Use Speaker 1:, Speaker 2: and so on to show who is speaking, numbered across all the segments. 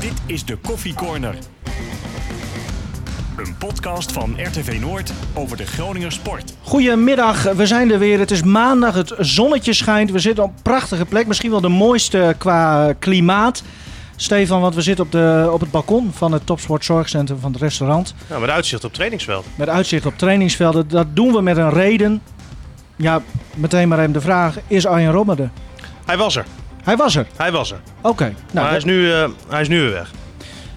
Speaker 1: Dit is de Koffie Corner. Een podcast van RTV Noord over de Groninger sport.
Speaker 2: Goedemiddag, we zijn er weer. Het is maandag, het zonnetje schijnt. We zitten op een prachtige plek, misschien wel de mooiste qua eh, klimaat. Stefan, want we zitten op, de, op het balkon van het Topsport Zorgcentrum van het restaurant.
Speaker 3: Nou, met uitzicht op het trainingsveld.
Speaker 2: Met uitzicht op trainingsvelden. Dat doen we met een reden. Ja, meteen maar even de vraag, is Arjen Robben er?
Speaker 3: Hij was er.
Speaker 2: Hij was er.
Speaker 3: Hij was er.
Speaker 2: Oké,
Speaker 3: maar
Speaker 2: nou,
Speaker 3: hij is, nu, eh, hij is nu weer weg.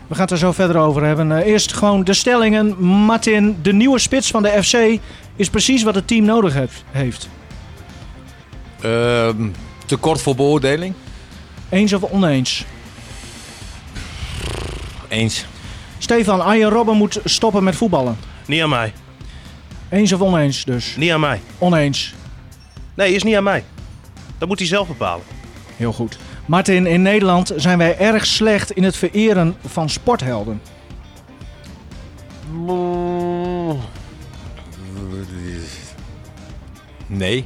Speaker 2: we gaan het er zo verder over hebben. Eh, Eerst gewoon de stellingen. Martin, de nieuwe spits van de FC is precies wat het team nodig heeft- heeft.
Speaker 4: Ehm tekort voor beoordeling?
Speaker 2: Eens of oneens?
Speaker 4: Eens.
Speaker 2: Stefan, Arjen Robben moet stoppen met voetballen.
Speaker 3: Niet aan mij.
Speaker 2: Eens of oneens dus?
Speaker 3: Niet aan mij.
Speaker 2: Oneens.
Speaker 3: Nee, is niet aan mij. Dat moet hij zelf bepalen.
Speaker 2: Heel goed. Martin, in Nederland zijn wij erg slecht in het vereren van sporthelden.
Speaker 4: Nee.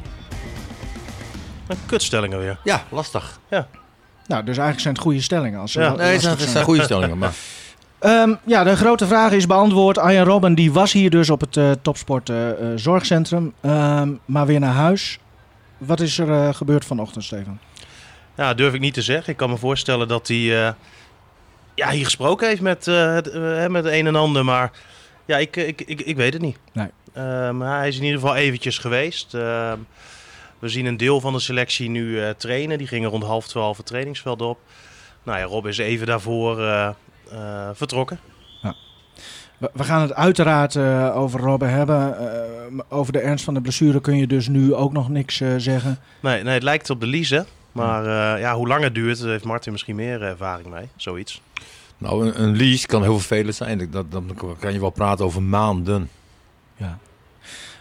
Speaker 3: Een kutstellingen weer.
Speaker 4: Ja, lastig.
Speaker 2: Nou, dus eigenlijk zijn het goede stellingen. Als ze
Speaker 3: Ja.
Speaker 2: wel
Speaker 4: Nee, het
Speaker 2: lastig
Speaker 4: Oh, zijn, het
Speaker 2: zijn.
Speaker 4: zijn goede stellingen. Maar.
Speaker 2: Ehm, ja, de grote vraag is beantwoord. Arjen Robben die was hier dus op het eh, Topsport eh, eh, Zorgcentrum. Ehm, maar weer naar huis. Wat is er eh, gebeurd vanochtend, Stefan?
Speaker 3: Ja, dat durf ik niet te zeggen. Ik kan me voorstellen dat hij eh, ja, hier gesproken heeft met, eh, het, eh, met de een en ander. Maar ja, ik, eh, ik, ik, ik weet het niet.
Speaker 2: Nee.
Speaker 3: Ehm, hij is in ieder geval eventjes geweest. Ehm, we zien een deel van de selectie nu eh, trainen. Die gingen rond half twaalf het trainingsveld op. Nou ja, Rob is even daarvoor eh, eh, vertrokken.
Speaker 2: We we gaan het uiteraard eh, over Robben hebben. Eh, over de ernst van de blessure kun je dus nu ook nog niks eh, zeggen.
Speaker 3: Nee, nee, het lijkt op de Lize. Maar eh, ja, hoe lang het duurt, daar heeft Martin misschien meer eh, ervaring mee. Zoiets.
Speaker 4: Nou, een, een lease kan heel vervelend zijn. Dat, dan kan je wel praten over maanden.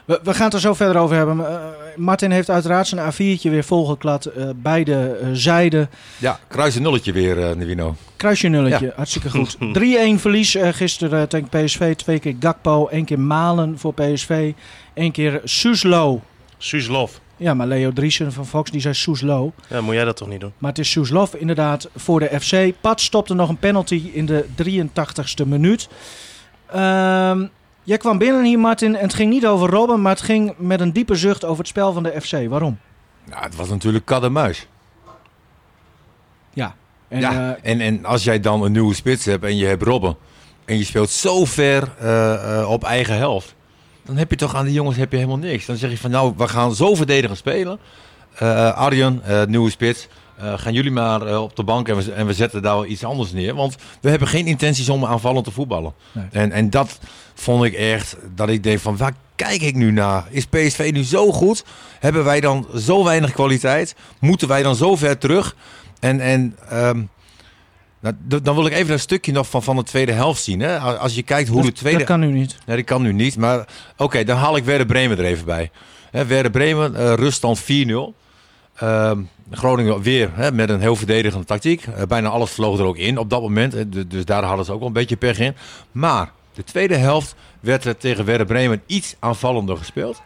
Speaker 2: We, we gaan het er zo verder over hebben. Eh, Martin heeft uiteraard zijn A4'tje weer volgeklad. eh beide eh, zijden.
Speaker 4: Ja, kruis een nulletje weer, eh Nivino.
Speaker 2: Kruisje nulletje. Hartstikke goed. 3-1 verlies eh, gisteren tegen PSV. Twee keer Gakpo. één keer Malen voor PSV. Eén keer Soeslo.
Speaker 3: Suslov.
Speaker 2: Ja, maar Leo Driesen van Fox die zei Soeslo.
Speaker 3: Ja, moet jij dat toch niet doen?
Speaker 2: Maar het is Soeslof inderdaad voor de FC. Pat stopte nog een penalty in de 83ste minuut. Ehm, jij kwam binnen hier, Martin. En het ging niet over Robben, maar het ging met een diepe zucht over het spel van de FC. Waarom?
Speaker 4: Nou, het was natuurlijk kat en muis.
Speaker 2: Ja. En,
Speaker 4: ja,
Speaker 2: eh,
Speaker 4: en, en als jij dan een nieuwe spits hebt en je hebt Robben... en je speelt zo ver eh, eh, op eigen helft... dan heb je toch aan die jongens heb je helemaal niks. Dan zeg je van nou, we gaan zo verdedigen spelen. Eh, Arjen, eh, nieuwe spits... eh, gaan jullie maar eh, op de bank en we, en we zetten daar wel iets anders neer. Want we hebben geen intenties om aanvallend te voetballen.
Speaker 2: Nee.
Speaker 4: En, en dat vond ik echt, dat ik denk van waar kijk ik nu naar? Is PSV nu zo goed? Hebben wij dan zo weinig kwaliteit? Moeten wij dan zo ver terug? En, en ehm, nou, d- dan wil ik even dat stukje nog van, van de tweede helft zien. Hè? A- Als je kijkt hoe
Speaker 2: dat,
Speaker 4: de tweede...
Speaker 2: dat kan nu niet.
Speaker 4: Nee, dat kan nu niet. Maar oké, dan haal ik Werder Bremen er even bij. Hè, Werder Bremen, eh, ruststand 4-0. Ehm, Groningen weer hè, met een heel verdedigende tactiek. Eh, bijna alles vloog er ook in op dat moment. Eh, d- dus daar hadden ze ook wel een beetje pech in. Maar de tweede helft werd er tegen Werder Bremen iets aanvallender gespeeld.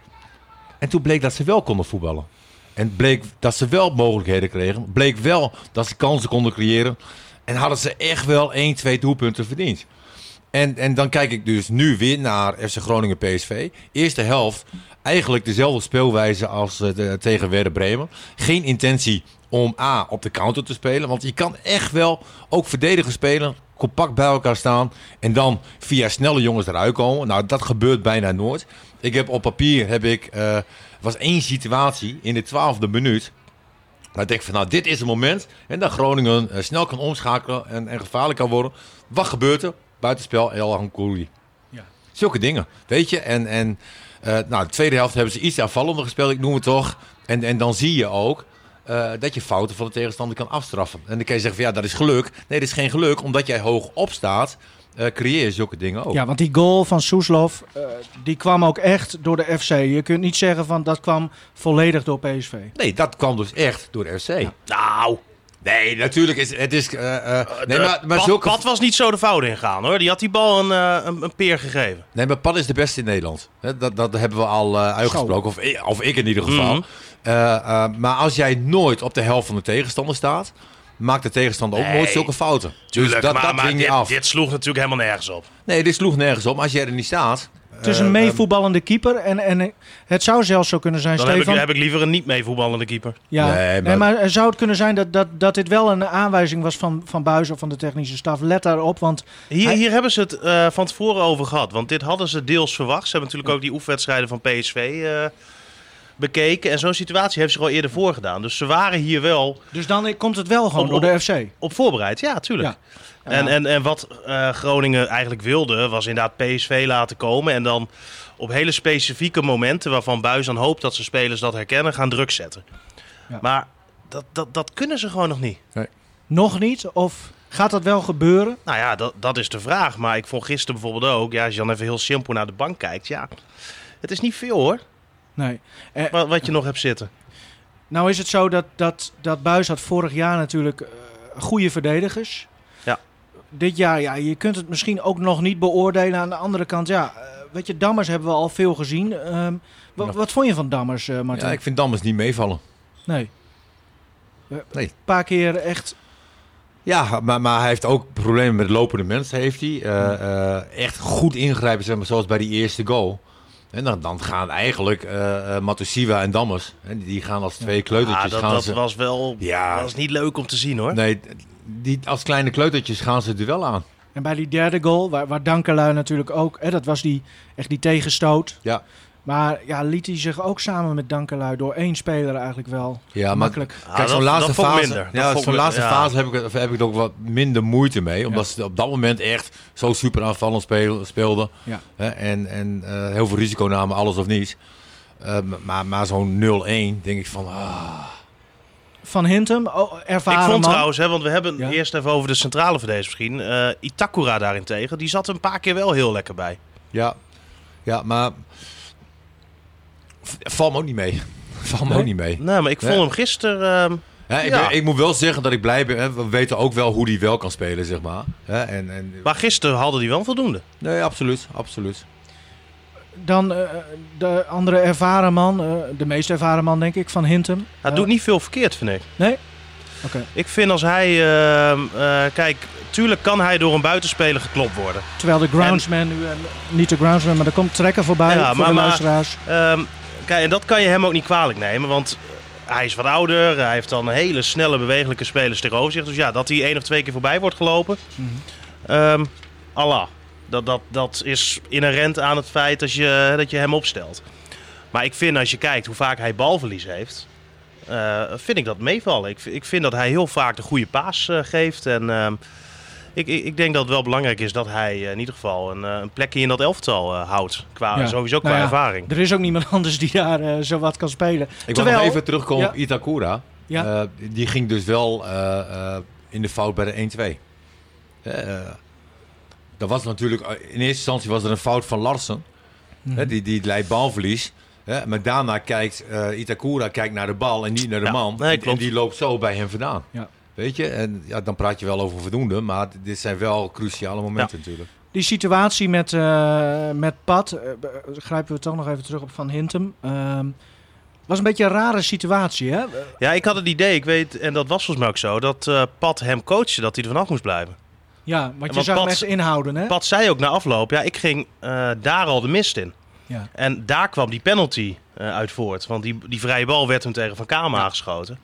Speaker 4: En toen bleek dat ze wel konden voetballen. En bleek dat ze wel mogelijkheden kregen. Bleek wel dat ze kansen konden creëren. En hadden ze echt wel 1, 2 doelpunten verdiend. En, en dan kijk ik dus nu weer naar FC Groningen PSV. Eerste helft, eigenlijk dezelfde speelwijze als eh, de- tegen Werder Bremen. Geen intentie om A op de counter te spelen. Want je kan echt wel ook verdedigen spelen, compact bij elkaar staan. En dan via snelle jongens eruit komen. Nou, dat gebeurt bijna nooit. Ik heb op papier, heb ik, eh, was één situatie in de twaalfde minuut. Maar ik denk van, nou, dit is het moment. En dat Groningen eh, snel kan omschakelen en, en gevaarlijk kan worden. Wat gebeurt er? Buitenspel El Kouri.
Speaker 2: Ja.
Speaker 4: Zulke dingen, weet je. En, en eh, nou, de tweede helft hebben ze iets aanvallender gespeeld, ik noem het toch. En, en dan zie je ook eh, dat je fouten van de tegenstander kan afstraffen. En dan kan je zeggen van, ja, dat is geluk. Nee, dat is geen geluk. Omdat jij hoog opstaat, eh creëer je zulke dingen ook.
Speaker 2: Ja, want die goal van Soeslof, eh, die kwam ook echt door de FC. Je kunt niet zeggen van dat kwam volledig door PSV.
Speaker 4: Nee, dat kwam dus echt door de FC. Nou, nee, natuurlijk is het... Is, eh, eh, nee, maar, maar
Speaker 3: Pat,
Speaker 4: zulke...
Speaker 3: Pat was niet zo de fout ingegaan hoor. Die had die bal een, eh, een, een peer gegeven.
Speaker 4: Nee, maar Pan is de beste in Nederland. Hè, Dat, dat hebben we al eh, uitgesproken. Of, ik- of ik in ieder geval.
Speaker 3: Mhm.
Speaker 4: Eh, eh, maar als jij nooit op de helft van de tegenstander staat. maakt de tegenstander ook
Speaker 3: Nee.
Speaker 4: nooit zulke fouten.
Speaker 3: Tuurlijk,
Speaker 4: dus dat,
Speaker 3: maar,
Speaker 4: dat
Speaker 3: maar
Speaker 4: dwing je
Speaker 3: dit,
Speaker 4: af.
Speaker 3: dit sloeg natuurlijk helemaal nergens op.
Speaker 4: Nee, dit sloeg nergens om. Als jij er niet staat...
Speaker 2: Het
Speaker 4: Eh,
Speaker 2: is een
Speaker 4: ehm,
Speaker 2: meevoetballende keeper. En, en het zou zelfs zo kunnen zijn,
Speaker 3: Dan heb ik,
Speaker 2: Stefan.
Speaker 3: heb ik liever een niet mee voetballende keeper.
Speaker 2: Ja.
Speaker 4: Nee,
Speaker 2: Nee, maar...
Speaker 4: maar-
Speaker 2: eh, zou het kunnen zijn dat, dat, dat dit wel een aanwijzing was van, van Buijs of van de technische staf? Let daarop, want
Speaker 3: Hier,
Speaker 2: Hij-
Speaker 3: hier hebben ze het eh, van tevoren over gehad. Want dit hadden ze deels verwacht. Ze hebben natuurlijk ook die oefenwedstrijden van PSV eh, bekeken. En zo'n situatie heeft zich al eerder voorgedaan. Dus ze waren hier wel
Speaker 2: dus dan komt het wel gewoon
Speaker 3: Op-
Speaker 2: door de FC.
Speaker 3: op voorbereid. Ja, tuurlijk. En, en, en wat eh, Groningen eigenlijk wilde, was inderdaad PSV laten komen. En dan op hele specifieke momenten waarvan Buis dan hoopt dat ze spelers dat herkennen, gaan druk zetten.
Speaker 2: Ja.
Speaker 3: Maar dat, dat, dat kunnen ze gewoon nog niet.
Speaker 2: Nog niet? Of gaat dat wel gebeuren?
Speaker 3: Nou ja, dat, dat is de vraag. Maar ik vond gisteren bijvoorbeeld ook, ja, als je dan even heel simpel naar de bank kijkt, ja. Het is niet veel hoor,
Speaker 2: Nee.
Speaker 3: wat, wat je nog hebt zitten.
Speaker 2: Nou is het zo dat, dat, dat Buis had vorig jaar natuurlijk eh, goede verdedigers.
Speaker 3: Ja.
Speaker 2: Dit jaar, ja, je kunt het misschien ook nog niet beoordelen. Aan de andere kant, ja, eh, weet je, Dammers hebben we al veel gezien. Ehm, wa-
Speaker 4: Ja.
Speaker 2: Wat vond je van Dammers, eh, Martin?
Speaker 4: Ja, ik vind Dammers niet meevallen.
Speaker 2: Nee. Eh,
Speaker 4: Nee.
Speaker 2: Een paar keer echt.
Speaker 4: Ja, maar, maar hij heeft ook problemen met lopende mensen, heeft hij. Eh, eh, echt goed ingrijpen, zeg maar, zoals bij die eerste goal. En dan, dan gaan eigenlijk eh eh, Matusiwa en Dammers, hè, die gaan als twee kleutertjes...
Speaker 3: Ah, dat
Speaker 4: gaan
Speaker 3: dat
Speaker 4: ze,
Speaker 3: was wel
Speaker 4: Ja.
Speaker 3: was niet leuk om te zien hoor.
Speaker 4: Nee, die, als kleine kleutertjes gaan ze het duel aan.
Speaker 2: En bij die derde goal, waar, waar Dankerlui natuurlijk ook. Hè, dat was die, echt die tegenstoot.
Speaker 4: Ja.
Speaker 2: Maar ja, liet hij zich ook samen met Dankerlui door één speler eigenlijk wel.
Speaker 4: Ja, maar
Speaker 2: makkelijk.
Speaker 3: Ah,
Speaker 4: Kijk, zo'n
Speaker 3: dat-
Speaker 4: laatste
Speaker 3: dat vond ik
Speaker 4: fase,
Speaker 3: minder. Dat
Speaker 4: ja,
Speaker 3: vond ik
Speaker 4: zo'n
Speaker 3: minder,
Speaker 4: laatste
Speaker 3: ja.
Speaker 4: fase heb ik, het- heb ik er ook wat minder moeite mee. Omdat ze op dat moment echt zo super aanvallend speel- speelden.
Speaker 2: Ja.
Speaker 4: Hè, en en eh, heel veel risico namen, alles of niets. Eh, maar maar zo'n 0-1 denk ik van... Ah,
Speaker 2: Van Hintem, oh, ervaren
Speaker 3: ik vond
Speaker 2: man.
Speaker 3: trouwens, hè, want we hebben
Speaker 2: Ja.
Speaker 3: eerst even over de centrale verdediger misschien. eh, Itakura daarentegen, die zat er een paar keer wel heel lekker bij.
Speaker 4: ja, ja, maar... v- Val me ook niet mee. Val me
Speaker 2: Nee?
Speaker 4: ook niet mee.
Speaker 3: Nee, maar ik vond
Speaker 4: Ja.
Speaker 3: hem gisteren... ehm,
Speaker 4: Hè, ik,
Speaker 3: Ja.
Speaker 4: ben- ik moet wel zeggen dat ik blij ben. hè, we weten ook wel hoe die wel kan spelen, zeg maar. Hè, en, en,
Speaker 3: maar gisteren hadden die wel voldoende.
Speaker 4: nee, absoluut, absoluut.
Speaker 2: Dan eh, de andere ervaren man, eh, de meest ervaren man denk ik, van Hintem.
Speaker 3: Hij
Speaker 2: Eh,
Speaker 3: doet niet veel verkeerd, vind ik.
Speaker 2: Nee? Oké.
Speaker 3: Ik vind als hij... ehm, eh, kijk, tuurlijk kan hij door een buitenspeler geklopt worden.
Speaker 2: Terwijl de groundsman nu, eh, niet de groundsman, maar er komt trekker voorbij
Speaker 3: Ja,
Speaker 2: voor
Speaker 3: maar-
Speaker 2: de
Speaker 3: maar-
Speaker 2: luisteraars.
Speaker 3: Ehm, kijk, en dat kan je hem ook niet kwalijk nemen, want hij is wat ouder. Hij heeft dan hele snelle, bewegelijke spelers tegenover zich. Dus ja, dat hij één of twee keer voorbij wordt gelopen, ehm, Allah. Dat, dat, dat is inherent aan het feit dat je, dat je hem opstelt. Maar ik vind, als je kijkt hoe vaak hij balverlies heeft, eh, vind ik dat meevallen. Ik, ik vind dat hij heel vaak de goede paas eh, geeft. En ehm, ik, ik, ik denk dat het wel belangrijk is dat hij eh, in ieder geval een, eh, een plekje in dat elftal eh, houdt. Qua,
Speaker 2: Ja.
Speaker 3: Sowieso qua
Speaker 2: Nou ja,
Speaker 3: ervaring.
Speaker 2: Er is ook niemand anders die daar eh, zo wat kan spelen.
Speaker 4: Ik wil
Speaker 2: Terwijl-
Speaker 4: nog even terugkomen
Speaker 2: Ja.
Speaker 4: op Itakura.
Speaker 2: Ja.
Speaker 4: Eh, die ging dus wel eh, eh, in de fout bij de 1-2. Eh, eh, dat was natuurlijk, eh, in eerste instantie was er een fout van Larsen.
Speaker 2: Mhm.
Speaker 4: Hè, die, die leidt balverlies. Hè, maar daarna kijkt eh, Itakura kijkt naar de bal en niet naar de
Speaker 3: Ja,
Speaker 4: man.
Speaker 3: nee,
Speaker 4: En- en
Speaker 3: klopt.
Speaker 4: die loopt zo bij hem vandaan.
Speaker 2: Ja.
Speaker 4: Weet je, en ja, dan praat je wel over voldoende, maar d- dit zijn wel cruciale momenten natuurlijk.
Speaker 2: Die situatie met, eh, met Pat, eh, be- grijpen we toch nog even terug op Van Hintem. Ehm, was een beetje een rare situatie, hè?
Speaker 3: Ja, ik had het idee, ik weet, en dat was volgens mij ook zo, dat eh, Pat hem coachte dat hij er vanaf moest blijven.
Speaker 2: Ja, want je
Speaker 3: want
Speaker 2: zag
Speaker 3: Pat-
Speaker 2: mensen inhouden, hè?
Speaker 3: Pat zei ook na afloop, ja, ik ging eh, daar al de mist in.
Speaker 2: Ja.
Speaker 3: En daar kwam die penalty eh, uit voort, want die, die vrije bal werd hem tegen Van Kamer aangeschoten.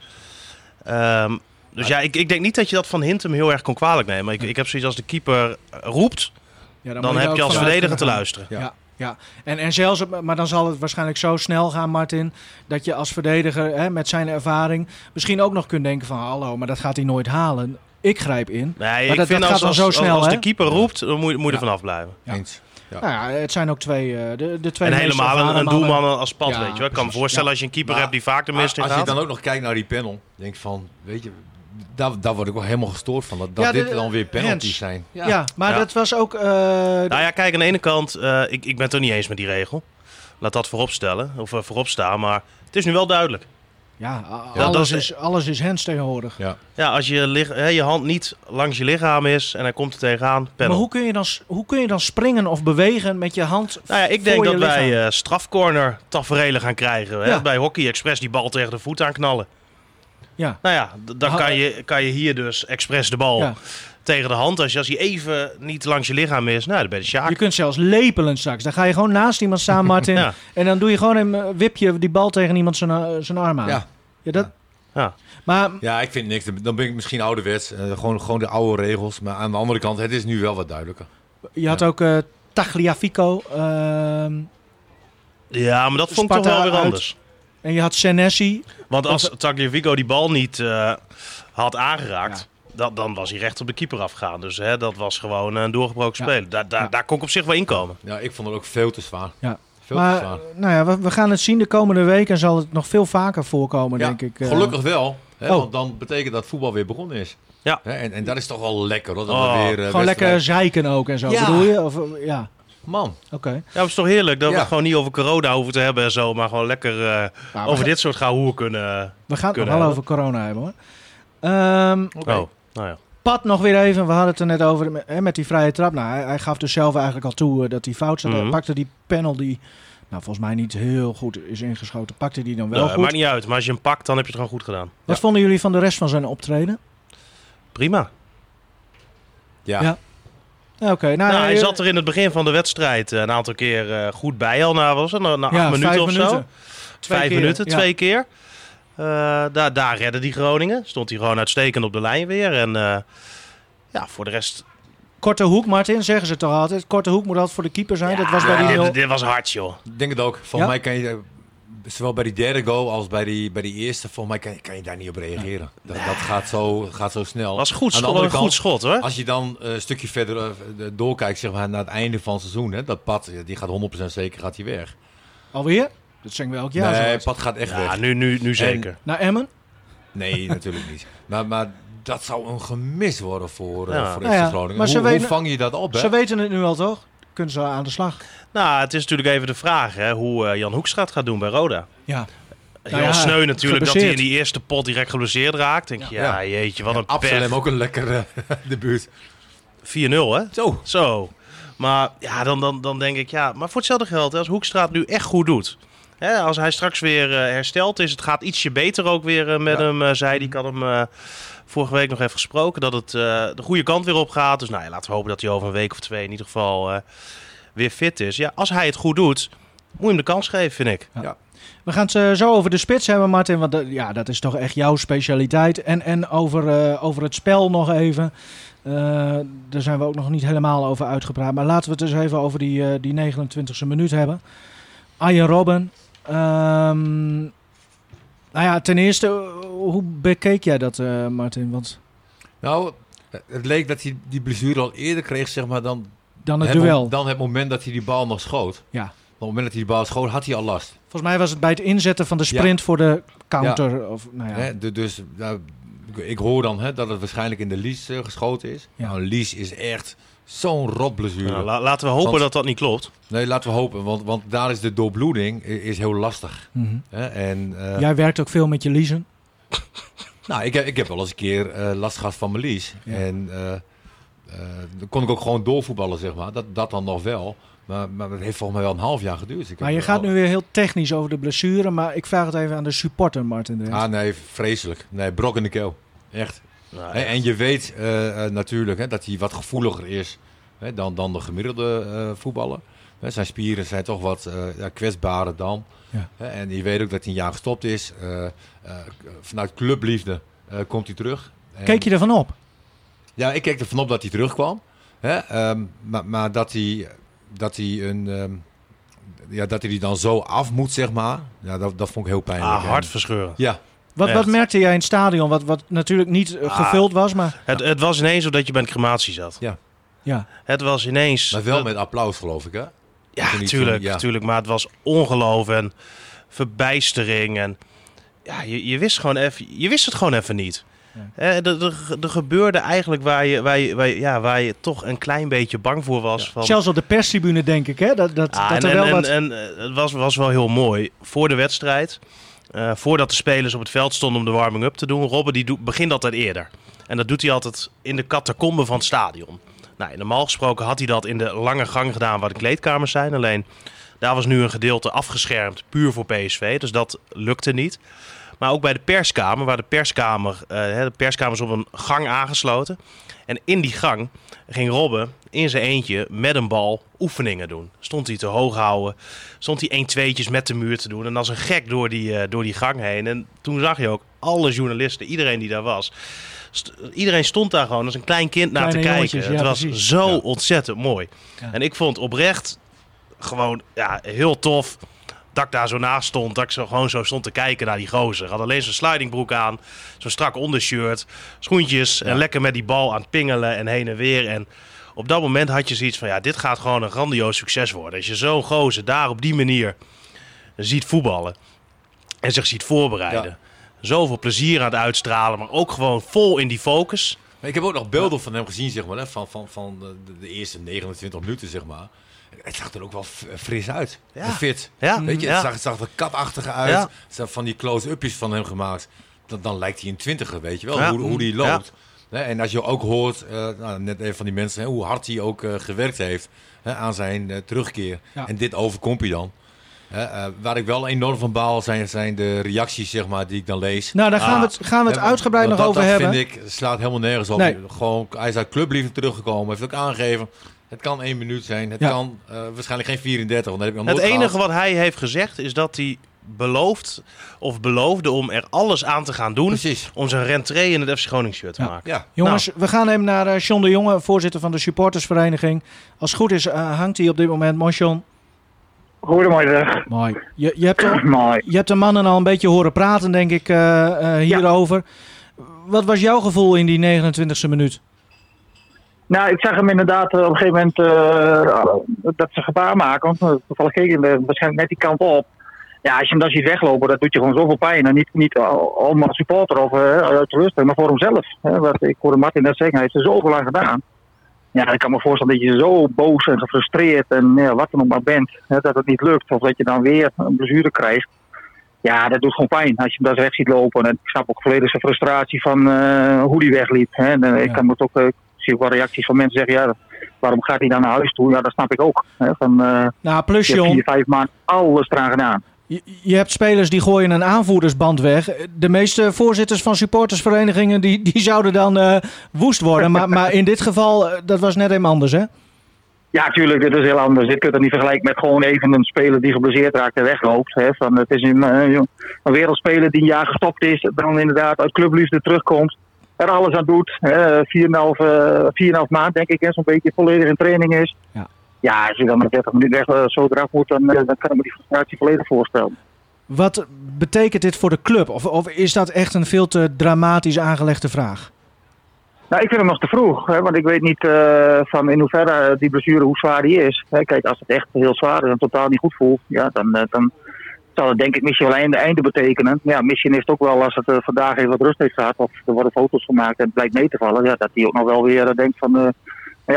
Speaker 3: Ehm, dus ja, ik, ik denk niet dat je dat van Hintem heel erg kon kwalijk nemen. Maar Ik, ik heb zoiets als de keeper roept,
Speaker 2: Ja,
Speaker 3: dan,
Speaker 2: moet daar
Speaker 3: heb
Speaker 2: ook
Speaker 3: je als
Speaker 2: vanuit
Speaker 3: verdediger te
Speaker 2: kunnen gaan.
Speaker 3: luisteren.
Speaker 4: Ja.
Speaker 2: Ja, ja. En, en zelfs, op- maar dan zal het waarschijnlijk zo snel gaan, Martin, dat je als verdediger hè, met zijn ervaring misschien ook nog kunt denken van hallo, maar dat gaat hij nooit halen. Ik grijp in.
Speaker 3: Nee,
Speaker 2: dat-
Speaker 3: ik vind
Speaker 2: dat
Speaker 3: als,
Speaker 2: gaat dan
Speaker 3: als,
Speaker 2: zo
Speaker 3: als-
Speaker 2: snel,
Speaker 3: als
Speaker 2: hè?
Speaker 3: de keeper roept, dan moet, je- moet je er
Speaker 2: Ja.
Speaker 3: vanaf blijven.
Speaker 2: Ja.
Speaker 4: Eens. Ja.
Speaker 2: Nou ja, het zijn ook twee, eh, de, de twee
Speaker 3: En
Speaker 2: meest
Speaker 3: helemaal een,
Speaker 2: ervaren
Speaker 3: een
Speaker 2: mannen.
Speaker 3: doelman als Pat,
Speaker 2: Ja,
Speaker 3: weet je wel. Ik kan me
Speaker 2: precies.
Speaker 3: voorstellen
Speaker 2: Ja.
Speaker 3: als je een keeper
Speaker 4: Maar
Speaker 3: hebt die vaak de
Speaker 4: Maar
Speaker 3: mist in
Speaker 4: als je
Speaker 3: gaat.
Speaker 4: dan ook nog kijkt naar die panel, denk ik van, weet je, daar, daar word ik wel helemaal gestoord van. Dat, dat
Speaker 2: Ja, de-
Speaker 4: dit dan weer penalties
Speaker 2: Hens.
Speaker 4: zijn.
Speaker 2: Ja, maar
Speaker 3: Ja.
Speaker 2: dat was ook. eh,
Speaker 3: Nou ja, kijk, aan de ene kant, eh, ik, ik ben het er niet eens met die regel. Laat dat voorop stellen, of eh, voorop staan, maar het is nu wel duidelijk.
Speaker 2: ja, a-
Speaker 3: Ja, dat
Speaker 2: alles,
Speaker 3: is-
Speaker 2: is, alles is hens tegenwoordig.
Speaker 4: Ja.
Speaker 3: Ja, als je, lig- hè, je hand niet langs je lichaam is en hij komt er tegenaan,
Speaker 2: Maar
Speaker 3: panel.
Speaker 2: hoe kun, je dan, s- hoe kun je dan springen of bewegen met je hand?
Speaker 3: nou ja, ik denk
Speaker 2: voor je
Speaker 3: dat wij
Speaker 2: lichaam?
Speaker 3: eh, strafcorner tafereelen gaan krijgen. Hè?
Speaker 2: Ja.
Speaker 3: Bij Hockey Express die bal tegen de voet aanknallen.
Speaker 2: Ja.
Speaker 3: Nou ja, d- dan
Speaker 2: Ah.
Speaker 3: kan je, kan je hier dus expres de bal
Speaker 2: Ja.
Speaker 3: tegen de hand. Als, je, als hij even niet langs je lichaam is, nou, dan ben je Sjaak.
Speaker 2: Je kunt zelfs lepelen straks. Dan ga je gewoon naast iemand staan, Martin.
Speaker 3: Ja.
Speaker 2: En dan doe je gewoon een eh, wipje die bal tegen iemand zijn, eh, zijn arm aan.
Speaker 4: Ja.
Speaker 2: Ja, dat,
Speaker 3: Ja.
Speaker 2: Maar
Speaker 4: Ja, ik vind niks. Dan ben ik misschien ouderwets. Eh, gewoon, gewoon de oude regels. Maar aan de andere kant, het is nu wel wat duidelijker.
Speaker 2: je had ook eh Tagliafico. ehm,
Speaker 3: ja, maar dat vond ik toch
Speaker 2: Sparta
Speaker 3: wel weer
Speaker 2: uit.
Speaker 3: anders.
Speaker 2: en je had Senesi.
Speaker 3: Want als
Speaker 2: Of-
Speaker 3: Tagliafico die bal niet eh, had aangeraakt, dat, dan was hij recht op de keeper afgegaan. Dus hè, dat was gewoon een doorgebroken
Speaker 2: Ja.
Speaker 3: speler. Daar, daar,
Speaker 2: Ja.
Speaker 3: daar kon ik op zich wel inkomen.
Speaker 4: Ja, ik vond het ook veel te zwaar.
Speaker 2: Ja.
Speaker 4: Veel te
Speaker 2: Maar
Speaker 4: zwaar.
Speaker 2: nou ja, we, we gaan het zien de komende week. En zal het nog veel vaker voorkomen,
Speaker 4: Ja,
Speaker 2: denk ik. eh.
Speaker 4: Gelukkig wel. Hè,
Speaker 2: Oh.
Speaker 4: Want dan betekent dat voetbal weer begonnen is.
Speaker 3: Ja.
Speaker 4: Hè, en, en dat is toch wel lekker. Hoor, dat
Speaker 3: Oh.
Speaker 4: we weer, eh,
Speaker 2: Gewoon
Speaker 4: wedstrijd-
Speaker 2: lekker zeiken ook en zo,
Speaker 4: Ja.
Speaker 2: bedoel je? Of, eh, ja,
Speaker 4: Man,
Speaker 2: oké.
Speaker 3: Ja, maar het is toch heerlijk dat we
Speaker 4: Ja.
Speaker 3: gewoon niet over corona hoeven te hebben en zo, maar gewoon lekker eh,
Speaker 2: Nou, we,
Speaker 3: over
Speaker 2: ga-
Speaker 3: dit soort gehoer kunnen.
Speaker 2: we gaan het nog
Speaker 3: kunnen
Speaker 2: wel
Speaker 3: hebben.
Speaker 2: over corona hebben, hoor. Ehm,
Speaker 4: Oké.
Speaker 3: Oh, nou ja.
Speaker 2: Pat nog weer even, we hadden het er net over met- hè, met die vrije trap. Nou, hij, hij gaf dus zelf eigenlijk al toe eh, dat hij fout zat. Hij
Speaker 3: Mhm.
Speaker 2: pakte die panel die, nou volgens mij niet heel goed is ingeschoten, pakte die dan wel
Speaker 3: Nou, het
Speaker 2: goed.
Speaker 3: maakt niet uit, maar als je hem pakt, dan heb je het gewoon goed gedaan.
Speaker 2: Wat vonden jullie van de rest van zijn optreden?
Speaker 3: Prima.
Speaker 4: ja.
Speaker 2: Ja. Ja, Oké, nou,
Speaker 3: nou, hij
Speaker 2: eh,
Speaker 3: zat er in het begin van de wedstrijd eh, een aantal keer eh, goed bij al. Na, wat was het, nou, na, na
Speaker 2: ja,
Speaker 3: acht minuten
Speaker 2: vijf
Speaker 3: of zo.
Speaker 2: minuten. Twee
Speaker 3: vijf
Speaker 2: keer,
Speaker 3: minuten,
Speaker 2: ja.
Speaker 3: twee keer. Eh, daar, daar redde die Groningen. Stond hij gewoon uitstekend op de lijn weer. En eh, ja, voor de rest...
Speaker 2: Korte hoek, Martin, zeggen ze toch altijd. Korte hoek moet altijd voor de keeper zijn. dat was bij die
Speaker 3: Ja, Ah, dit,
Speaker 2: nul.
Speaker 3: dit was hard, joh.
Speaker 4: Ik denk het ook. Volgens
Speaker 2: Ja?
Speaker 4: mij kan je, eh, zowel bij die derde goal als bij die, bij die eerste, volgens mij kan, kan je daar niet op reageren. Dat, dat gaat, zo, gaat zo snel.
Speaker 3: was goed,
Speaker 4: Aan de
Speaker 3: schot,
Speaker 4: andere
Speaker 3: een goed schot, hoor.
Speaker 4: Als je dan eh, een stukje verder eh, de- doorkijkt zeg maar, naar het einde van het seizoen, hè, dat pad eh, die gaat 100% zeker gaat hij weg.
Speaker 2: Alweer? Dat zeggen we elk jaar.
Speaker 4: nee,
Speaker 2: zoiets.
Speaker 4: pad gaat echt
Speaker 3: Ja,
Speaker 4: weg.
Speaker 3: nu, nu, nu zeker.
Speaker 2: Naar Emmen?
Speaker 4: Nee, natuurlijk niet. Maar, maar dat zou een gemis worden voor, eh
Speaker 3: Ja.
Speaker 4: voor
Speaker 2: Nou
Speaker 4: FC
Speaker 2: ja,
Speaker 4: Groningen.
Speaker 2: maar ze
Speaker 4: hoe,
Speaker 2: weten-
Speaker 4: hoe vang je dat op? Hè?
Speaker 2: Ze weten het nu al, toch? Kunnen ze aan de slag?
Speaker 3: Nou, het is natuurlijk even de vraag hè, hoe eh, Jan Hoekstra het gaat doen bij Roda.
Speaker 2: Ja.
Speaker 3: Heel
Speaker 2: Nou ja,
Speaker 3: sneu natuurlijk dat hij in
Speaker 2: geblesseerd.
Speaker 3: die eerste pot direct geblesseerd raakt. Denk je, ja, jeetje, wat een
Speaker 4: Absalem
Speaker 3: pech.
Speaker 4: ook een lekkere debuut.
Speaker 3: 4-0, hè?
Speaker 4: Zo.
Speaker 3: Zo. Maar ja, dan, dan, dan denk ik, ja, maar voor hetzelfde geld, hè, als Hoekstra het nu echt goed doet. Hè, als hij straks weer eh, hersteld is, het gaat ietsje beter ook weer eh, met
Speaker 4: Ja.
Speaker 3: hem, eh, zei die Ik had hem eh, vorige week nog even gesproken, dat het eh, de goede kant weer op gaat. Dus nou ja, laten we hopen dat hij over een week of twee in ieder geval eh, weer fit is. Ja, als hij het goed doet, moet je hem de kans geven, vind ik.
Speaker 2: We gaan het eh, zo over de spits hebben, Martin. Want dat- ja, dat is toch echt jouw specialiteit. En, en over, eh, over het spel nog even. Eh, daar zijn we ook nog niet helemaal over uitgepraat. Maar laten we het eens even over die, eh, die 29e minuut hebben. Arjen Robben. Ehm, nou ja, ten eerste, eh, hoe bekeek jij dat, eh, Martin? Want
Speaker 4: Nou, het leek dat hij die blessure al eerder kreeg zeg maar, dan,
Speaker 2: dan het
Speaker 4: het
Speaker 2: duel.
Speaker 4: mom- dan het moment dat hij die bal nog schoot.
Speaker 2: Ja.
Speaker 4: Op het moment dat hij die bal schoot, had hij al last.
Speaker 2: Volgens mij was het bij het inzetten van de sprint voor de counter. Of, nou ja.
Speaker 4: Hè, du- dus nou, ik- ik hoor dan hè, dat het waarschijnlijk in de Lies eh, geschoten is.
Speaker 2: Ja.
Speaker 4: Nou, Lies is echt zo'n rot blessure.
Speaker 3: Nou, la- laten we hopen
Speaker 4: Want-
Speaker 3: dat dat niet klopt.
Speaker 4: nee, laten we hopen, want, want daar is de doorbloeding i- is heel lastig.
Speaker 2: Mhm.
Speaker 4: Hè? En, eh,
Speaker 2: Jij werkt ook veel met je leasen.
Speaker 4: Nou, ik heb, ik heb wel eens een keer eh, last gehad van mijn lies.
Speaker 2: Ja.
Speaker 4: En eh, eh, dan kon ik ook gewoon doorvoetballen, zeg maar. Dat, dat dan nog wel. Maar, maar dat heeft volgens mij wel een half jaar geduurd. Dus Ik
Speaker 2: Maar
Speaker 4: heb
Speaker 2: je gaat
Speaker 4: wel-
Speaker 2: nu weer heel technisch over de blessure, maar ik vraag het even aan de supporter, Martin. de Hert.
Speaker 4: Ah nee, vreselijk. Nee, brok in de keel. Echt.
Speaker 3: Nou,
Speaker 4: Hè, en je weet eh, eh, natuurlijk hè, dat hij wat gevoeliger is hè, dan, dan de gemiddelde eh, voetballer. Hè, zijn spieren zijn toch wat eh, ja, kwetsbaarder dan.
Speaker 2: Ja.
Speaker 4: Hè, en je weet ook dat hij een jaar gestopt is. Eh, eh, k- vanuit clubliefde eh, komt hij terug. En-
Speaker 2: Keek je ervan op?
Speaker 4: Ja, ik keek ervan op dat hij terugkwam. Hè? Ehm, maar, maar dat hij, dat hij een... ehm, ja, dat hij die dan zo af moet, zeg maar. Ja, dat, dat vond ik heel pijnlijk.
Speaker 3: ah,
Speaker 4: En-
Speaker 3: hartverscheurend.
Speaker 4: Ja,
Speaker 2: Wat, wat
Speaker 3: Echt.
Speaker 2: merkte jij in het stadion, wat, wat natuurlijk niet eh,
Speaker 3: Ah.
Speaker 2: gevuld was, maar
Speaker 3: Het, het was ineens zo dat je bij een crematie zat.
Speaker 2: ja.
Speaker 3: Het was ineens...
Speaker 4: maar wel met applaus, geloof ik, hè?
Speaker 3: Ja,
Speaker 4: Toen die-
Speaker 3: tuurlijk,
Speaker 4: toen- ja.
Speaker 3: tuurlijk. Maar het was ongeloof en verbijstering. En ja, je, je, wist, gewoon even, je wist het gewoon even niet.
Speaker 2: Ja.
Speaker 3: Eh, Er er- er gebeurde eigenlijk waar je, waar, je, waar, je- ja, waar je toch een klein beetje bang voor was. Van,
Speaker 2: Zelfs op de perstribune denk ik, hè, dat, dat,
Speaker 3: Ah,
Speaker 2: dat
Speaker 3: en,
Speaker 2: er wel
Speaker 3: en,
Speaker 2: wat...
Speaker 3: en, eh, het was, was wel heel mooi. Voor de wedstrijd, eh, voordat de spelers op het veld stonden om de warming-up te doen, Robben die doet, begint altijd eerder. En dat doet hij altijd in de catacombe van het stadion. Nou, normaal gesproken had hij dat in de lange gang gedaan waar de kleedkamers zijn. Alleen daar was nu een gedeelte afgeschermd, puur voor PSV. Dus dat lukte niet. Maar ook bij de perskamer, waar de perskamer, eh, hè, de perskamer is op een gang aangesloten. En in die gang ging Robben in zijn eentje met een bal oefeningen doen. Stond hij te hoog houden, stond hij 1-2'tjes met de muur te doen. En als een gek door die, eh, door die gang heen. En toen zag je ook alle journalisten, iedereen die daar was. st- iedereen stond daar gewoon als een klein kind naar
Speaker 2: Kleine
Speaker 3: te kijken.
Speaker 2: jongetjes, ja,
Speaker 3: Het was
Speaker 2: precies.
Speaker 3: zo
Speaker 4: Ja.
Speaker 3: ontzettend mooi.
Speaker 2: Ja.
Speaker 3: En ik vond oprecht gewoon ja, heel tof dat ik daar zo naast stond. Dat ik zo, gewoon zo stond te kijken naar die gozer. Had alleen zijn slidingbroek aan, zo'n strak ondershirt, schoentjes. En lekker met die bal aan het pingelen en heen en weer. En op dat moment had je zoiets van, ja, dit gaat gewoon een grandioos succes worden. Als je zo'n gozer daar op die manier ziet voetballen en zich ziet voorbereiden. Zoveel plezier aan het uitstralen, maar ook gewoon vol in die focus.
Speaker 4: Maar ik heb ook nog beelden van hem gezien, zeg maar, hè, van, van, van de, de eerste 29 minuten, zeg maar. Het zag er ook wel f- eh, fris uit.
Speaker 3: Ja.
Speaker 4: En fit.
Speaker 3: Ja,
Speaker 4: Weet je,
Speaker 3: ja.
Speaker 4: het, zag, het zag er katachtige uit.
Speaker 3: Ja.
Speaker 4: Het zijn van die close-upjes van hem gemaakt. Dan, dan lijkt hij een twintiger, weet je wel,
Speaker 3: Ja.
Speaker 4: hoe, hoe die loopt. Hè, en als je ook hoort, eh, nou, net even van die mensen, hè, hoe hard hij ook eh, gewerkt heeft hè, aan zijn eh, terugkeer.
Speaker 2: Ja.
Speaker 4: En dit overkomt je dan. Hè, eh, waar ik wel enorm van baal zijn, zijn de reacties, zeg maar, die ik dan lees.
Speaker 2: Nou, daar gaan we het, gaan we het
Speaker 4: Ah. Ja, maar-
Speaker 2: uitgebreid nog
Speaker 4: want dat,
Speaker 2: over
Speaker 4: dat
Speaker 2: hebben.
Speaker 4: vind ik, slaat helemaal nergens op.
Speaker 2: Nee.
Speaker 4: Gewoon, hij is uit clubliefde teruggekomen. Heeft ook aangegeven, het kan één minuut zijn. Het
Speaker 2: Ja.
Speaker 4: kan eh, waarschijnlijk geen 34, want dat heb ik nog
Speaker 3: Het
Speaker 4: nooit
Speaker 3: enige
Speaker 4: gehad.
Speaker 3: wat hij heeft gezegd is dat hij belooft of beloofde om er alles aan te gaan doen
Speaker 4: Precies.
Speaker 3: om zijn rentree in het FC Groningen shirt te
Speaker 2: Ja.
Speaker 3: maken.
Speaker 4: Ja,
Speaker 2: Jongens, we gaan even naar eh John de Jonge, voorzitter van de supportersvereniging. Als het goed is, eh, hangt hij op dit moment. Mooi, John.
Speaker 5: Goedemiddag.
Speaker 2: Mooi. Je, je, hebt, al-
Speaker 5: Mooi.
Speaker 2: je hebt de mannen al een beetje horen praten, denk ik, eh, eh, hierover. Wat was jouw gevoel in die 29e minuut?
Speaker 5: Nou, ik zag hem inderdaad eh, op een gegeven moment eh, dat ze gebaar maken. Want eh, toevallig keek hij eh, waarschijnlijk net die kant op. Ja, als je hem dan ziet weglopen, dat doet je gewoon zoveel pijn. En niet, niet om als supporter of eh, uit de rust, maar voor hemzelf. Hè. Wat, ik hoorde Martin net zeggen, hij heeft er zoveel aan gedaan. Ja, ik kan me voorstellen dat je zo boos en gefrustreerd en ja, wat dan ook maar bent, hè, dat het niet lukt. Of dat je dan weer een blessure krijgt. Ja, dat doet gewoon pijn als je hem daar weg ziet lopen. En ik snap ook volledig zijn frustratie van eh, hoe die wegliep. Hè. En, eh,
Speaker 2: Ja.
Speaker 5: Ik kan me het ook eh, ik zie ook wel reacties van mensen zeggen, ja, waarom gaat hij dan naar huis toe? Ja, dat snap ik ook. Hè? Van, eh
Speaker 2: Nou, plus
Speaker 5: je hebt
Speaker 2: John,
Speaker 5: vier, vijf maanden alles eraan gedaan.
Speaker 2: je, je hebt spelers die gooien een aanvoerdersband weg. De meeste voorzitters van supportersverenigingen die, die zouden dan eh, woest worden. Maar, maar in dit geval, eh, dat was net even anders, hè?
Speaker 5: Ja, tuurlijk, dit is heel anders. Dit kun je niet vergelijken met gewoon even een speler die geblesseerd raakt en wegloopt. Hè? Van, het is een, eh, jong- een wereldspeler die een jaar gestopt is, dan inderdaad uit clubliefde terugkomt. Er alles aan doet. hè, 4,5 eh, 4,5 maand, denk ik, hè, zo'n beetje volledig in training is.
Speaker 2: Ja.
Speaker 5: Ja, als je dan met 30 minuten weg eh, zo eraf moet, dan, eh, dan kan ik me die frustratie volledig voorstellen.
Speaker 2: Wat betekent dit voor de club? Of, of is dat echt een veel te dramatisch aangelegde vraag?
Speaker 5: Nou, ik vind hem nog te vroeg, hè, want ik weet niet eh, van in hoeverre eh, die blessure, hoe zwaar die is. Hè, kijk, als het echt heel zwaar is en totaal niet goed voelt, ja, dan, eh, dan zal het denk ik misschien wel einde, einde betekenen. Ja, misschien is het ook wel als het eh, vandaag even wat rust heeft gehad, of er worden foto's gemaakt en het blijkt mee te vallen, ja, dat hij ook nog wel weer eh, denkt van, eh, nou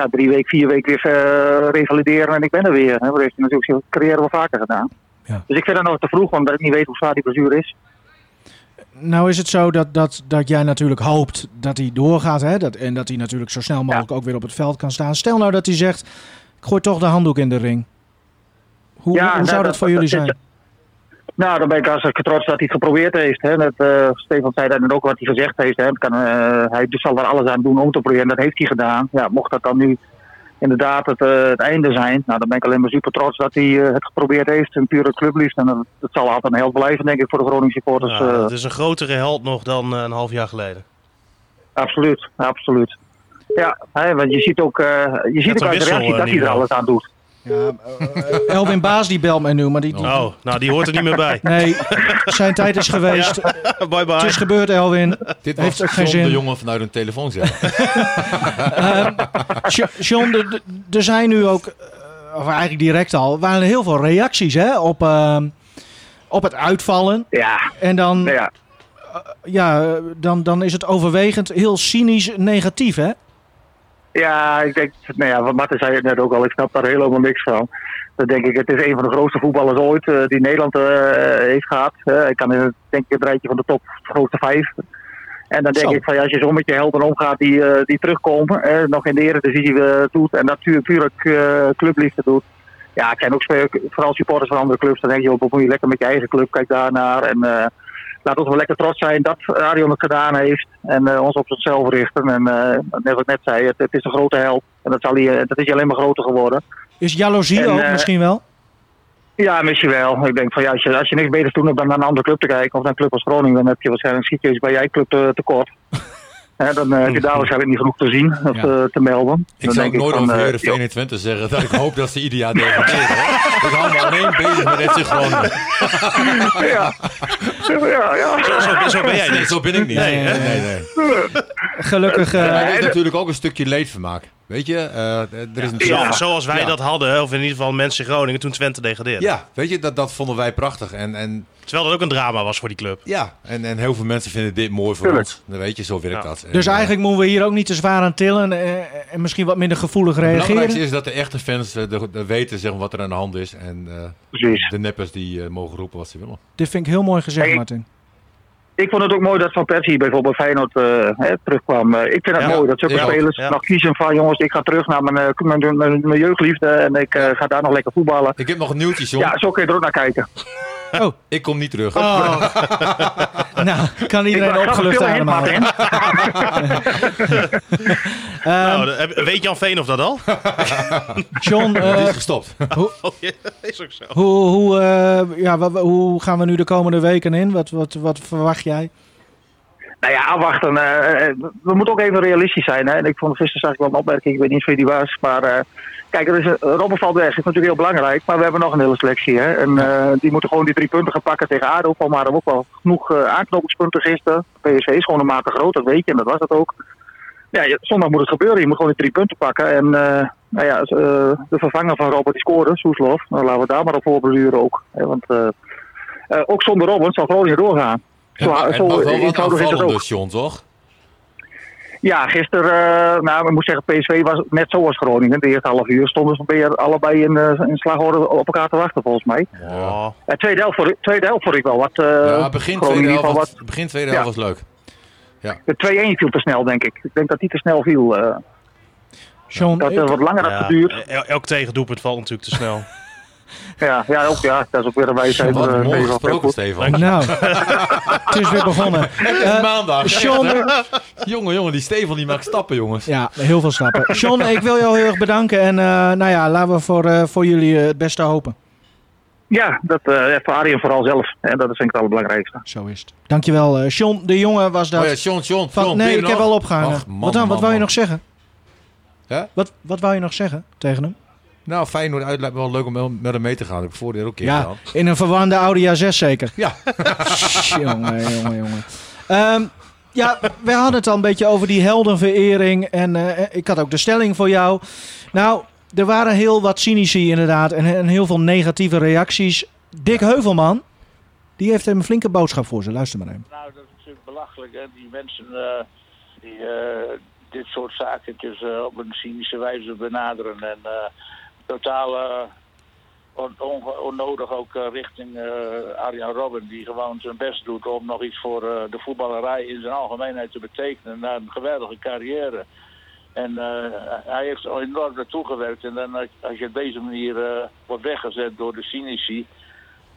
Speaker 5: ja, drie weken, vier weken weer eh, revalideren en ik ben er weer. Hè, want dat heeft hij natuurlijk zijn carrière wel vaker gedaan.
Speaker 2: Ja.
Speaker 5: Dus ik vind het nog te vroeg, omdat ik niet weet hoe zwaar die blessure is.
Speaker 2: Nou is het zo dat, dat, dat jij natuurlijk hoopt dat hij doorgaat. Hè? Dat, en dat hij natuurlijk zo snel mogelijk ook weer op het veld kan staan. Stel nou dat hij zegt, ik gooi toch de handdoek in de ring. Hoe,
Speaker 5: Ja,
Speaker 2: hoe
Speaker 5: nou,
Speaker 2: zou dat,
Speaker 5: dat-
Speaker 2: voor
Speaker 5: dat-
Speaker 2: jullie
Speaker 5: dat-
Speaker 2: zijn?
Speaker 5: Nou, dan ben ik hartstikke trots dat hij het geprobeerd heeft. Hè. Dat, eh, Stefan zei dat en ook wat hij gezegd heeft. Hè. Het Kan, eh, hij dus zal er alles aan doen om te proberen. Dat heeft hij gedaan. Ja, mocht dat dan nu inderdaad het, eh, het einde zijn, nou, dan ben ik alleen maar super trots dat hij eh, het geprobeerd heeft. Een pure clubliefde. En dat, dat zal altijd een held blijven, denk ik, voor de Groningen supporters.
Speaker 3: Ja,
Speaker 5: eh,
Speaker 3: Nou, het is een grotere held nog dan eh, een half jaar geleden.
Speaker 5: absoluut, absoluut. Ja, hè, want je ziet ook, eh, je ziet
Speaker 3: een
Speaker 5: ook uit de
Speaker 3: wissel,
Speaker 5: reactie
Speaker 3: eh,
Speaker 5: dat hij er
Speaker 3: Nero.
Speaker 5: alles aan doet.
Speaker 2: Elwin Baas die belt mij nu, maar die... die-
Speaker 3: Oh, nou die hoort er niet meer bij.
Speaker 2: Nee, zijn tijd is geweest.
Speaker 3: bye
Speaker 2: Het is
Speaker 3: bye.
Speaker 2: gebeurd, Elwin.
Speaker 4: Dit
Speaker 2: Heeft
Speaker 4: was
Speaker 2: ook geen
Speaker 4: John
Speaker 2: zin.
Speaker 4: de jongen vanuit hun telefoon zelf.
Speaker 2: Sjo- John, er- er- er zijn nu ook, eh, of eigenlijk direct al, waren er heel veel reacties hè, op, eh, op het uitvallen.
Speaker 5: Ja,
Speaker 2: En dan,
Speaker 5: nou ja.
Speaker 2: ja, eh, dan, dan is het overwegend heel cynisch negatief, hè?
Speaker 5: Ja, ik denk, nou ja, wat Martin zei het net ook al, ik snap daar helemaal niks van. Dan denk ik, het is een van de grootste voetballers ooit eh, die Nederland eh, heeft gehad. Eh, ik kan in het, denk ik het rijtje van de top de grootste vijf. En dan denk
Speaker 2: Zo.
Speaker 5: ik van ja, als je zo met je helden omgaat die, eh, die terugkomen, eh, nog in de eredivisie eh, doet en dat puur, puur uit, eh, clubliefde doet. Ja, ik ken ook spe- vooral supporters van andere clubs. Dan denk je, joh, bemoei je lekker met je eigen club, kijk daarnaar. En eh, laat ons wel lekker trots zijn dat Arion het gedaan heeft. En eh, ons op zichzelf richten. En eh, net wat ik net zei, het, het is een grote held. En dat, zal hij, eh, dat is hij alleen maar groter geworden.
Speaker 2: Is jaloezie
Speaker 5: En,
Speaker 2: ook
Speaker 5: eh,
Speaker 2: misschien wel?
Speaker 5: Ja, misschien wel. Ik denk van ja, als je, als je niks beters doet dan naar een andere club te kijken. Of naar een club als Groningen. Dan heb je waarschijnlijk schiet je eens bij jij club te, tekort. Hè, dan eh, heb je daar waarschijnlijk niet genoeg te zien of
Speaker 4: Ja.
Speaker 5: eh, te, te melden.
Speaker 4: Ik eh, zou ook nooit over
Speaker 5: over
Speaker 4: Heerenveen en Twente zeggen dat ik hoop dat ze ieder jaar degraderen. hoor. Ik hou me alleen bezig met FC Groningen.
Speaker 5: Ja, ja, ja.
Speaker 3: Zo, zo ben jij
Speaker 4: Nee,
Speaker 3: niet.
Speaker 4: zo ben ik niet.
Speaker 3: Nee, hè?
Speaker 4: nee, nee.
Speaker 2: Gelukkig. eh,
Speaker 4: Maar er is natuurlijk ook een stukje leedvermaak. Weet je, Eh, er is een
Speaker 3: Zo-
Speaker 4: ja.
Speaker 3: zoals wij
Speaker 4: Ja.
Speaker 3: dat hadden, of in ieder geval mensen in Groningen toen Twente degradeerde.
Speaker 4: weet je, dat, dat vonden wij prachtig. En, en,
Speaker 3: Terwijl dat ook een drama was voor die club.
Speaker 4: ja, en, en heel veel mensen vinden dit mooi voor
Speaker 5: Tuurlijk.
Speaker 4: ons. Dan weet je, zo werkt dat. En,
Speaker 2: dus
Speaker 4: eh,
Speaker 2: eigenlijk moeten we hier ook niet te zwaar aan tillen eh, en misschien wat minder gevoelig
Speaker 4: Het
Speaker 2: reageren.
Speaker 4: belangrijkste is dat de echte fans eh, de, de weten zeg maar, wat er aan de hand is. En eh,
Speaker 5: Precies.
Speaker 4: de neppers die eh, mogen roepen wat ze willen.
Speaker 2: Dit vind ik heel mooi gezegd,
Speaker 5: Hey,
Speaker 2: Martin.
Speaker 5: Ik vond het ook mooi dat Van Persie bijvoorbeeld bij Feyenoord eh, hè, terugkwam. Eh, ik vind het
Speaker 3: Ja,
Speaker 5: mooi dat zulke
Speaker 4: ik ook,
Speaker 5: spelers
Speaker 3: ja.
Speaker 5: nog kiezen van jongens, ik ga terug naar mijn, eh, mijn, mijn, mijn jeugdliefde en ik eh, ga daar nog lekker voetballen.
Speaker 4: Ik heb nog een nieuwtje, John.
Speaker 5: Ja, zo kun je er ook naar kijken.
Speaker 2: Oh,
Speaker 4: Ik kom niet terug.
Speaker 2: oh. nou, kan iedereen
Speaker 5: Ik ga een
Speaker 2: opgelucht
Speaker 5: stille
Speaker 2: ademhalen.
Speaker 5: hint, Martin.
Speaker 3: nou, de- heb- weet Jan Veen of dat al?
Speaker 2: Eh, John, eh,
Speaker 4: Het is gestopt.
Speaker 3: Oh, ja, is ook zo.
Speaker 2: hoe, hoe, eh, ja, wa- wa- hoe gaan we nu de komende weken in? Wat, wat, wat verwacht jij?
Speaker 5: Nou ja, afwachten. eh, eh, we moeten ook even realistisch zijn. Hè? En ik vond gisteren zag ik wel een opmerking, ik weet niet of die was. Maar eh, kijk, er is een, Robben valt weg. Dat is natuurlijk heel belangrijk. Maar we hebben nog een hele selectie. Hè? En eh, die moeten gewoon die drie punten gaan pakken tegen ADO. Van maar hebben ook wel genoeg eh, aanknopingspunten gisteren. PSV is gewoon een mate groot, dat weet je. En dat was het ook. Ja, je- zondag moet het gebeuren. Je moet gewoon die drie punten pakken. En eh, nou ja, eh, de vervanger van Robert die scoorde, Soeslof. Nou, laten we daar maar op voorbeduren ook. Hè? Want eh, eh, ook zonder Robben zal Groningen doorgaan. Zo,
Speaker 4: Het
Speaker 5: zo
Speaker 4: mag wel wat
Speaker 5: eenvoudig is het
Speaker 4: aanvallend
Speaker 5: ook.
Speaker 4: dus, John, toch?
Speaker 5: Ja, gisteren, eh, nou, ik moet zeggen, PSV was net zoals Groningen. De eerste half uur stonden ze weer allebei in, eh, in slagorde op elkaar te wachten, volgens mij.
Speaker 3: Ja.
Speaker 5: Eh, tweede, helft vond ik, tweede helft vond ik wel wat. eh,
Speaker 4: Ja, begin
Speaker 5: Groningen in
Speaker 4: tweede
Speaker 5: ieder
Speaker 4: helft
Speaker 5: geval
Speaker 4: was,
Speaker 5: wat.
Speaker 4: begin tweede helft was leuk.
Speaker 5: De 2-1 viel te snel, denk ik. Ik denk dat die te snel viel. eh.
Speaker 2: John,
Speaker 5: dat
Speaker 2: ik-
Speaker 5: het wat langer had
Speaker 3: Ja,
Speaker 5: geduurd.
Speaker 3: el- elk tegendoelpunt valt natuurlijk te snel.
Speaker 5: Ja, ja, ook, ja, dat is ook weer een wijsheid.
Speaker 4: Wat
Speaker 5: eh,
Speaker 4: mooi
Speaker 5: heel
Speaker 4: gesproken,
Speaker 5: goed.
Speaker 4: Stefan.
Speaker 2: nou, het is weer begonnen. Eh,
Speaker 4: Maandag.
Speaker 2: John,
Speaker 4: Jongen, jongen, die Stefan die maakt stappen, jongens.
Speaker 2: Ja, heel veel stappen. John, ik wil jou heel erg bedanken. En eh, nou ja, laten we voor, eh, voor jullie eh, het beste hopen.
Speaker 5: Ja, dat eh voor Arjen vooral zelf. En dat is denk ik het allerbelangrijkste.
Speaker 2: Zo is het. Dankjewel, eh John. De jongen was dat.
Speaker 4: Oh ja, John, John,
Speaker 2: van,
Speaker 4: John, ben
Speaker 2: nee,
Speaker 4: je
Speaker 2: ik
Speaker 4: nog?
Speaker 2: heb al opgehangen.
Speaker 4: Ach, man,
Speaker 2: wat dan? Wat
Speaker 4: man,
Speaker 2: wou je
Speaker 4: man.
Speaker 2: nog zeggen?
Speaker 4: Hè?
Speaker 2: Wat, wat wou je nog zeggen tegen hem?
Speaker 4: Nou, Feyenoord uit lijkt me wel leuk om wel met hem mee te gaan. Dat heb ik voordeel ook een keer
Speaker 2: Ja,
Speaker 4: gedaan.
Speaker 2: in een verwarde Audi A6 zeker.
Speaker 4: Ja.
Speaker 2: jongen, jongen, jongen. Ehm, ja, we hadden het al een beetje over die heldenverering. En eh, ik had ook de stelling voor jou. Nou, er waren heel wat cynici inderdaad. En, en heel veel negatieve reacties. Dick Heuvelman, die heeft een flinke boodschap voor ze. Luister maar even.
Speaker 6: Nou, dat is natuurlijk belachelijk. Hè? Die mensen eh, die eh, dit soort zakentjes eh, op een cynische wijze benaderen. En eh, totaal eh, on- onge- onnodig ook eh, richting eh Arjan Robben. Die gewoon zijn best doet om nog iets voor eh, de voetballerij in zijn algemeenheid te betekenen. Na een geweldige carrière. En eh, hij heeft er enorm naartoe gewerkt. En dan, eh, als- als je op deze manier eh, wordt weggezet door de cynici.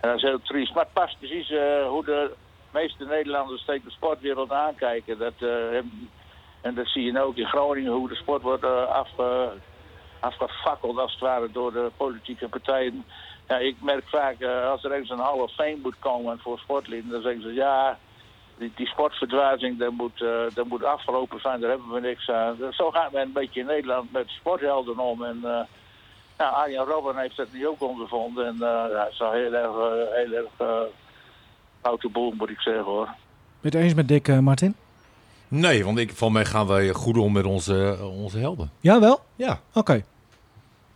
Speaker 6: En dat is heel triest. Maar het past precies eh, hoe de meeste Nederlanders tegen de sportwereld aankijken. Dat, eh, en dat zie je nou ook in Groningen, hoe de sport wordt eh, af, eh, afgefakkeld als het ware door de politieke partijen. Ja, ik merk vaak, eh, als er ergens een halve fame moet komen voor sportleden, dan zeggen ze ja, die, die sportverdwazing dat moet, eh, dat moet afgelopen zijn, daar hebben we niks aan. Zo gaat men een beetje in Nederland met sporthelden om. En, eh, nou, Arjen Robben heeft dat nu ook ondervonden. En eh ja, het is wel heel erg, eh, heel erg eh, foute boel, moet ik zeggen hoor.
Speaker 2: Het eens met Dick, eh, Martin?
Speaker 4: Nee, want ik, van mij gaan wij goed om met onze, eh, onze helden.
Speaker 2: Jawel?
Speaker 4: Ja.
Speaker 2: Oké.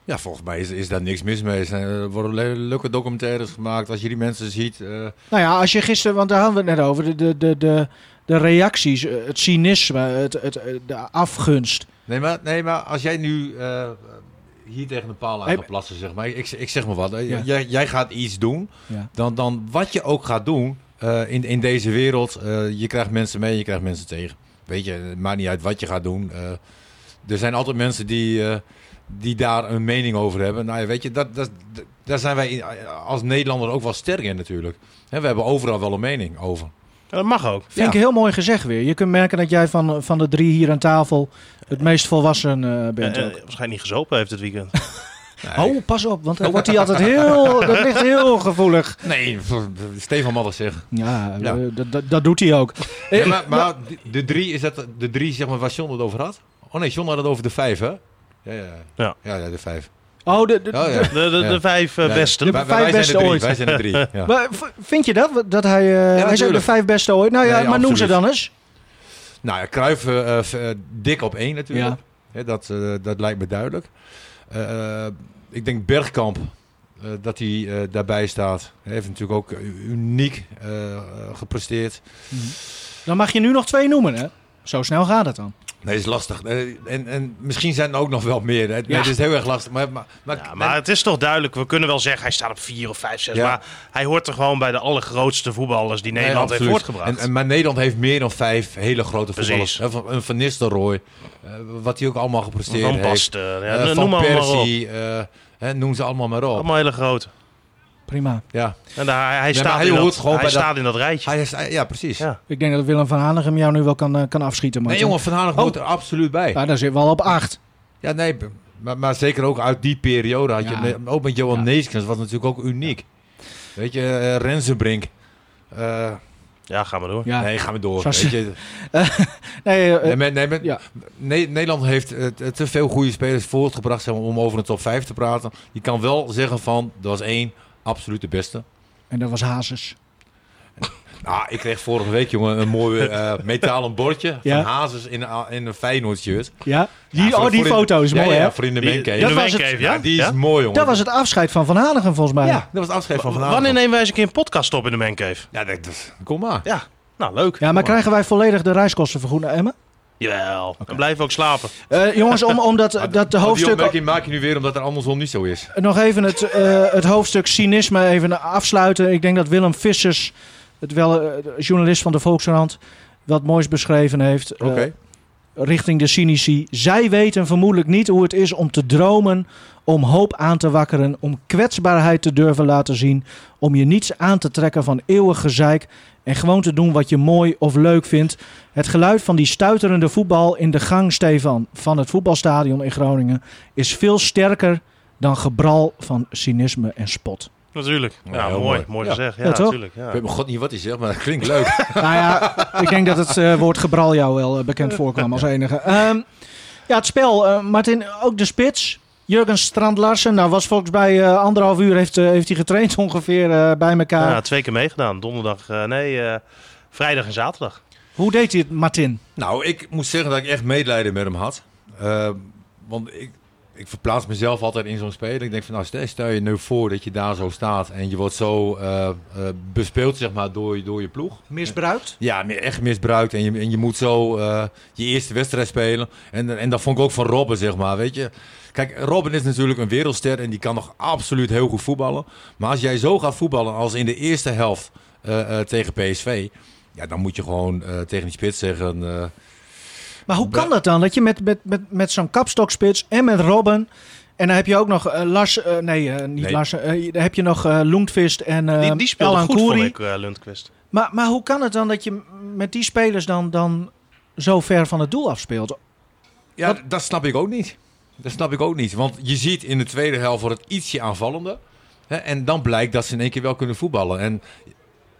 Speaker 4: Ja, volgens mij is, is daar niks mis mee. Er zijn- Er worden le- leuke documentaires gemaakt als je die mensen ziet. eh,
Speaker 2: Nou ja, als je gisteren, want daar hadden we het net over, de, de, de, de, de reacties, eh, het cynisme, het, het, eh, de afgunst.
Speaker 4: Nee, maar, nee, maar als jij nu eh, hier tegen een paal aan
Speaker 2: Hey,
Speaker 4: gaat plassen, zeg maar. Ik, ik zeg maar wat. eh,
Speaker 2: Ja.
Speaker 4: Jij, jij gaat iets doen.
Speaker 2: Ja.
Speaker 4: Dan, dan wat je ook gaat doen eh, in, in deze wereld. eh, je krijgt mensen mee, je krijgt mensen tegen. Weet je, het maakt niet uit wat je gaat doen. eh, er zijn altijd mensen die, eh, die daar een mening over hebben. Nou ja, weet je, dat, dat, dat- daar zijn wij in- als Nederlander ook wel sterk in natuurlijk. Hè, we hebben overal wel een mening over.
Speaker 3: Ja, dat mag ook.
Speaker 2: Vind
Speaker 4: Ja.
Speaker 2: ik heel mooi gezegd weer. Je kunt merken dat jij van, van de drie hier aan tafel het meest volwassen eh, bent.
Speaker 3: Eh, eh,
Speaker 2: ook.
Speaker 3: waarschijnlijk niet gezopen heeft dit weekend.
Speaker 4: eh,
Speaker 2: Oh, pas op, want dan wordt hij altijd heel. Dat ligt heel gevoelig.
Speaker 4: Nee, Stefan Madden zeg.
Speaker 2: Ja,
Speaker 4: Ja.
Speaker 2: eh, dat- dat- dat doet hij ook. Eh,
Speaker 4: maar maar die- de drie, is dat de drie zeg maar, waar John het over had? Oh nee, John had het over de vijf, hè? Ja, ja.
Speaker 3: Ja.
Speaker 4: ja, ja de vijf.
Speaker 2: Oh, de, de-
Speaker 4: Oh, ja.
Speaker 3: De, de,
Speaker 4: Ja.
Speaker 3: de vijf eh,
Speaker 4: Ja,
Speaker 3: besten.
Speaker 2: De
Speaker 4: Wij-
Speaker 2: vijf
Speaker 4: wij zijn
Speaker 2: beste
Speaker 4: de drie,
Speaker 2: ooit.
Speaker 4: Wij zijn de drie. Ja.
Speaker 2: Maar v- vind je dat? Dat hij, eh, hij zijn de
Speaker 4: tuurlijk.
Speaker 2: vijf beste ooit. Nou ja,
Speaker 4: Nee,
Speaker 2: maar noem ze
Speaker 4: absoluut.
Speaker 2: dan eens.
Speaker 4: Nou ja, Cruijff eh, eh, v- eh, dik op één natuurlijk.
Speaker 2: Ja.
Speaker 4: Hè, dat, eh, dat lijkt me duidelijk. Eh, eh, ik denk Bergkamp, eh, dat hij eh, daarbij staat. Hij heeft natuurlijk ook eh, uniek eh, eh, gepresteerd.
Speaker 2: Dan mag je nu nog twee noemen, hè? Zo snel gaat het dan.
Speaker 4: Nee, is lastig. Eh, en, en misschien zijn er ook nog wel meer. Het,
Speaker 2: Ja.
Speaker 4: het is heel erg lastig. Maar, maar, maar,
Speaker 3: Ja, maar het is toch duidelijk, we kunnen wel zeggen hij staat op vier of vijf, zes.
Speaker 4: Ja.
Speaker 3: Maar hij hoort er gewoon bij de allergrootste voetballers die Nederland heeft
Speaker 4: absoluut.
Speaker 3: voortgebracht.
Speaker 4: En, en, maar Nederland heeft meer dan vijf hele grote
Speaker 3: Precies.
Speaker 4: voetballers. Hè, van- Een Van Nistelrooy, eh, wat hij ook allemaal gepresteerd
Speaker 3: Van
Speaker 4: heeft.
Speaker 3: Basten, ja,
Speaker 4: Eh,
Speaker 3: noem
Speaker 4: van
Speaker 3: maar allemaal op.
Speaker 4: Persie, eh, hè, noem ze allemaal maar op.
Speaker 3: Allemaal hele groot.
Speaker 2: Prima.
Speaker 4: Ja.
Speaker 3: En daar, hij, hij staat,
Speaker 4: maar hij
Speaker 3: in,
Speaker 4: hoort
Speaker 3: dat,
Speaker 4: gewoon
Speaker 3: hij
Speaker 4: bij dat-
Speaker 3: staat in dat rijtje.
Speaker 4: Hij is, ja, precies.
Speaker 3: Ja.
Speaker 2: Ik denk dat Willem van Hanegem jou nu wel kan, eh, kan afschieten. Maar
Speaker 4: Nee, jongen, Van Hanegem
Speaker 2: Oh.
Speaker 4: hoort er absoluut bij.
Speaker 2: Ja, daar zit wel op acht.
Speaker 4: Ja, nee, b- maar, maar zeker ook uit die periode had je...
Speaker 2: Ja.
Speaker 4: met- Ook met Johan
Speaker 2: Ja.
Speaker 4: Neeskens was natuurlijk ook uniek. Weet je, eh, Rensenbrink. Eh,
Speaker 3: Ja, gaan we door.
Speaker 2: Ja.
Speaker 4: Nee, gaan we door.
Speaker 2: Zoals-
Speaker 4: Weet je.
Speaker 2: Nee, eh,
Speaker 4: Nee, maar- nee, maar-
Speaker 2: ja.
Speaker 4: Ne- Nederland heeft eh, te- te veel goede spelers voortgebracht zeg maar, om over een top 5 te praten. Je kan wel zeggen van, dat was één absoluut de beste.
Speaker 2: en dat was Hazes.
Speaker 4: Nou, ik kreeg vorige week, jongen, een mooi eh, metalen bordje
Speaker 2: Ja.
Speaker 4: van Hazes in, een- in een Feyenoord-shirt.
Speaker 2: Ja? Die,
Speaker 4: Ja, voor-
Speaker 2: oh, die
Speaker 4: voor in-
Speaker 2: foto is
Speaker 4: ja,
Speaker 2: mooi,
Speaker 4: ja,
Speaker 2: hè?
Speaker 4: voor in de
Speaker 3: Die-
Speaker 4: mancave.
Speaker 3: in de
Speaker 2: Dat was het.
Speaker 3: mancave,
Speaker 4: Ja,
Speaker 3: ja?
Speaker 4: die is
Speaker 3: Ja?
Speaker 4: mooi, jongen.
Speaker 2: Dat was het afscheid van Van Hanegem, volgens mij.
Speaker 4: Ja, dat was het afscheid van vanavond.
Speaker 3: Wanneer nemen wij eens een keer een podcast op in de mancave?
Speaker 4: Ja, dat, dat- kom maar.
Speaker 3: Ja, nou leuk.
Speaker 2: Ja, maar krijgen wij volledig de reiskosten vergoed naar Emmen?
Speaker 3: Jawel, dan blijven we ook slapen.
Speaker 2: Eh, jongens, om, omdat
Speaker 4: Maar
Speaker 2: dat
Speaker 4: die
Speaker 2: hoofdstuk...
Speaker 4: opmerking maak je nu weer omdat er andersom niet zo is.
Speaker 2: Nog even het, eh, het hoofdstuk cynisme even afsluiten. Ik denk dat Willem Vissers, het wel, eh, de journalist van de Volkskrant, wat moois beschreven heeft. eh,
Speaker 4: Oké.
Speaker 2: richting de cynici. Zij weten vermoedelijk niet hoe het is om te dromen, om hoop aan te wakkeren, om kwetsbaarheid te durven laten zien, om je niets aan te trekken van eeuwig gezeik en gewoon te doen wat je mooi of leuk vindt. Het geluid van die stuiterende voetbal in de gang, Stefan, van het voetbalstadion in Groningen is veel sterker dan gebral van cynisme en spot.
Speaker 3: Natuurlijk.
Speaker 4: Ja,
Speaker 3: Ja,
Speaker 4: heel
Speaker 3: mooi,
Speaker 4: mooi.
Speaker 3: mooi,
Speaker 4: Ja.
Speaker 3: gezegd. Ja,
Speaker 2: Ja, toch?
Speaker 3: natuurlijk. Ja.
Speaker 4: Ik weet mijn god niet wat hij zegt, maar dat klinkt leuk.
Speaker 2: Nou ja, ik denk dat het eh, woord gebral jou wel eh, bekend voorkwam als enige. Ehm, ja, het spel. eh, Martin, ook de spits. Jurgen Strand Larsen. Nou, was volgens mij eh, anderhalf uur heeft, eh, heeft hij getraind ongeveer eh, bij elkaar.
Speaker 3: Ja, twee keer meegedaan. Donderdag, eh, nee, eh, vrijdag en zaterdag.
Speaker 2: Hoe deed hij het, Martin?
Speaker 4: Nou, ik moet zeggen dat ik echt medelijden met hem had. Eh, want ik, ik verplaats mezelf altijd in zo'n speler. Ik denk van, nou, stel, stel je nu voor dat je daar zo staat en je wordt zo eh, eh, bespeeld, zeg maar, door, je- door je ploeg.
Speaker 2: Misbruikt?
Speaker 4: Ja, mi- echt misbruikt. En je, en je moet zo eh, je eerste wedstrijd spelen. En, en dat vond ik ook van Robben, zeg maar. Weet je? Kijk, Robben is natuurlijk een wereldster en die kan nog absoluut heel goed voetballen. Maar als jij zo gaat voetballen als in de eerste helft eh, eh, tegen PSV... Ja, dan moet je gewoon eh, tegen die spits zeggen... eh,
Speaker 2: Maar hoe kan dat dan? Dat je met, met, met, met zo'n kapstokspits en met Robben... En dan heb je ook nog eh, Lars... eh, nee, eh, niet
Speaker 4: Nee.
Speaker 2: Lars. eh, dan heb je nog eh Lundqvist en eh
Speaker 3: Die, die speelde
Speaker 2: Elhan
Speaker 3: goed,
Speaker 2: Kouri.
Speaker 3: vond ik, eh, Lundqvist.
Speaker 2: Maar, maar hoe kan het dan dat je met die spelers dan, dan zo ver van het doel afspeelt?
Speaker 4: Ja, d- dat snap ik ook niet. Dat snap ik ook niet. Want je ziet in de tweede helft wordt het ietsje aanvallender. Hè, en dan blijkt dat ze in één keer wel kunnen voetballen. En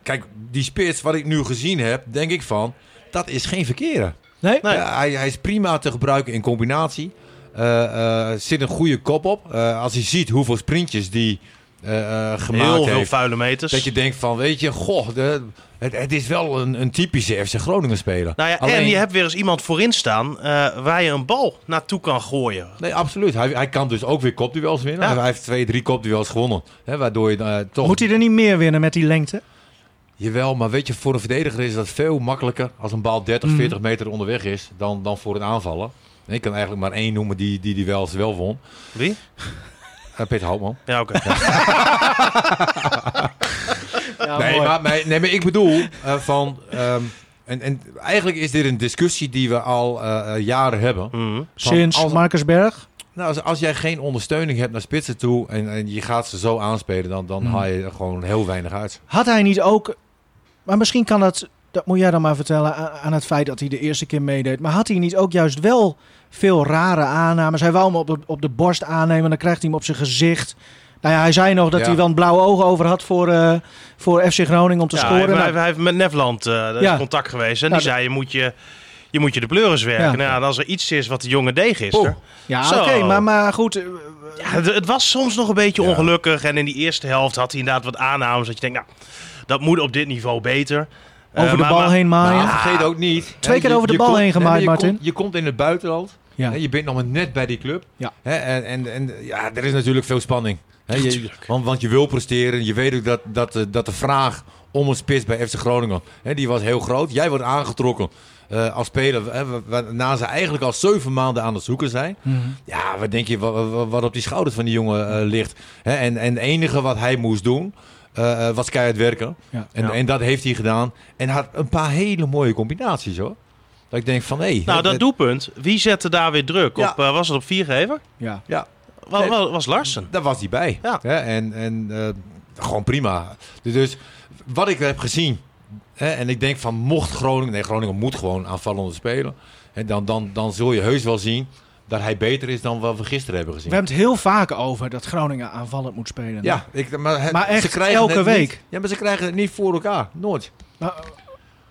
Speaker 4: kijk, die spits wat ik nu gezien heb, denk ik van... Dat is geen verkeerde.
Speaker 2: Nee?
Speaker 3: Nee.
Speaker 4: Nou Ja, hij, hij is prima te gebruiken in combinatie. Eh, eh, zit een goede kop op. Eh, als je ziet hoeveel sprintjes die eh, eh, gemaakt
Speaker 3: Heel veel
Speaker 4: heeft.
Speaker 3: vuile meters.
Speaker 4: dat je denkt van, weet je, goh, de- het, het is wel een, een typische FC Groningen speler.
Speaker 3: Nou ja, en
Speaker 4: Alleen-
Speaker 3: je hebt weer eens iemand voorin staan eh, waar je een bal naartoe kan gooien.
Speaker 4: Nee, absoluut. Hij, hij kan dus ook weer kopduels winnen.
Speaker 3: Ja.
Speaker 4: Hij heeft twee, drie kopduels gewonnen. Hè, waardoor je eh, toch...
Speaker 2: Moet hij er niet meer winnen met die lengte?
Speaker 4: Jawel, maar weet je, voor een verdediger is dat veel makkelijker als een bal 30,
Speaker 2: Mhm.
Speaker 4: 40 meter onderweg is dan, dan voor een aanvaller. En ik kan eigenlijk maar één noemen die die, die wel eens wel won.
Speaker 3: Wie?
Speaker 4: Eh, Peter Houtman.
Speaker 3: Ja, oké. Ja.
Speaker 4: nee, maar, maar- nee, maar ik bedoel eh, van... ehm, en, en eigenlijk is dit een discussie die we al eh, eh, jaren hebben.
Speaker 3: Mhm.
Speaker 4: Van
Speaker 2: Sinds
Speaker 4: als-
Speaker 2: Marcus Berg?
Speaker 4: Nou, als, als jij geen ondersteuning hebt naar spitsen toe en, en je gaat ze
Speaker 2: Mhm.
Speaker 4: zo aanspelen, dan, dan haal je er gewoon heel weinig uit.
Speaker 2: Had hij niet ook... Maar misschien kan dat Dat moet jij dan maar vertellen a- aan het feit dat hij de eerste keer meedeed. Maar had hij niet ook juist wel veel rare aannames? Hij wou hem op de, op de borst aannemen, dan krijgt hij hem op zijn gezicht. Nou ja, hij zei nog dat
Speaker 4: Ja.
Speaker 2: hij wel een blauwe ogen over had voor, eh, voor FC Groningen om te
Speaker 3: Ja, hij,
Speaker 2: scoren.
Speaker 3: hij-
Speaker 2: Nou,
Speaker 3: hij heeft met Nefland eh, dat is
Speaker 2: Ja.
Speaker 3: contact geweest. En
Speaker 2: Nou,
Speaker 3: die zei, je moet je, je moet je de pleuris werken.
Speaker 2: Ja.
Speaker 3: Nou, en als er iets is wat de jongen deed gisteren.
Speaker 2: ja,
Speaker 3: Zo.
Speaker 2: oké, maar, maar goed. eh,
Speaker 3: Ja, het, het was soms nog een beetje
Speaker 4: Ja.
Speaker 3: ongelukkig. En in die eerste helft had hij inderdaad wat aannames. Dat je denkt, nou, dat moet op dit niveau beter. Eh,
Speaker 2: Over de
Speaker 3: maar-
Speaker 2: bal
Speaker 3: maar-
Speaker 2: heen
Speaker 4: Maar
Speaker 2: maaien.
Speaker 4: Nou, vergeet ook niet.
Speaker 2: Twee
Speaker 4: hè,
Speaker 2: keer
Speaker 4: je-
Speaker 2: over de
Speaker 4: je
Speaker 2: bal
Speaker 4: komt-
Speaker 2: heen
Speaker 4: nee, maar
Speaker 2: gemaaid,
Speaker 4: je
Speaker 2: Martin.
Speaker 4: komt- je komt in het buitenland.
Speaker 2: Ja.
Speaker 4: Hè, je bent nog maar net bij die club.
Speaker 2: Ja.
Speaker 4: Hè, en, en, en ja, er is natuurlijk veel spanning. Hè, je- want, want je wil presteren. Je weet ook dat, dat, eh, dat de vraag om een spits bij FC Groningen, hè, die was heel groot. Jij wordt aangetrokken eh, als speler, hè, wa- waarna ze eigenlijk al zeven maanden aan het zoeken zijn.
Speaker 2: Mhm.
Speaker 4: Ja, wat denk je wa- wa- wa- wat, op die schouders van die jongen eh, ligt? Hè, en, en het enige wat hij moest doen, eh, eh, was keihard werken.
Speaker 2: Ja.
Speaker 4: En,
Speaker 3: Ja.
Speaker 4: en dat heeft hij gedaan. En had een paar hele mooie combinaties hoor. Dat ik denk van, hé. Hey,
Speaker 3: Nou,
Speaker 4: het-
Speaker 3: dat
Speaker 4: het-
Speaker 3: doelpunt. Wie zette daar weer druk
Speaker 4: Ja.
Speaker 3: op? eh, was het op viergever?
Speaker 2: Ja.
Speaker 4: Ja,
Speaker 3: Wa-
Speaker 4: Nee.
Speaker 3: wa- was Larsen.
Speaker 4: daar was hij bij.
Speaker 3: Ja.
Speaker 4: Hè, en en eh, gewoon prima. Dus- Dus wat ik heb gezien. Hè, en ik denk van, mocht Groningen... Nee, Groningen moet gewoon aanvallende spelen. Hè, dan, dan, dan zul je heus wel zien dat hij beter is dan wat we gisteren hebben gezien.
Speaker 2: We hebben het heel vaak over dat Groningen aanvallend moet spelen.
Speaker 4: Ja, ik, maar, het-
Speaker 2: Maar echt
Speaker 4: ze krijgen
Speaker 2: elke
Speaker 4: het niet-
Speaker 2: week?
Speaker 4: ja, maar ze krijgen het niet voor elkaar. Nooit.
Speaker 2: Maar, eh,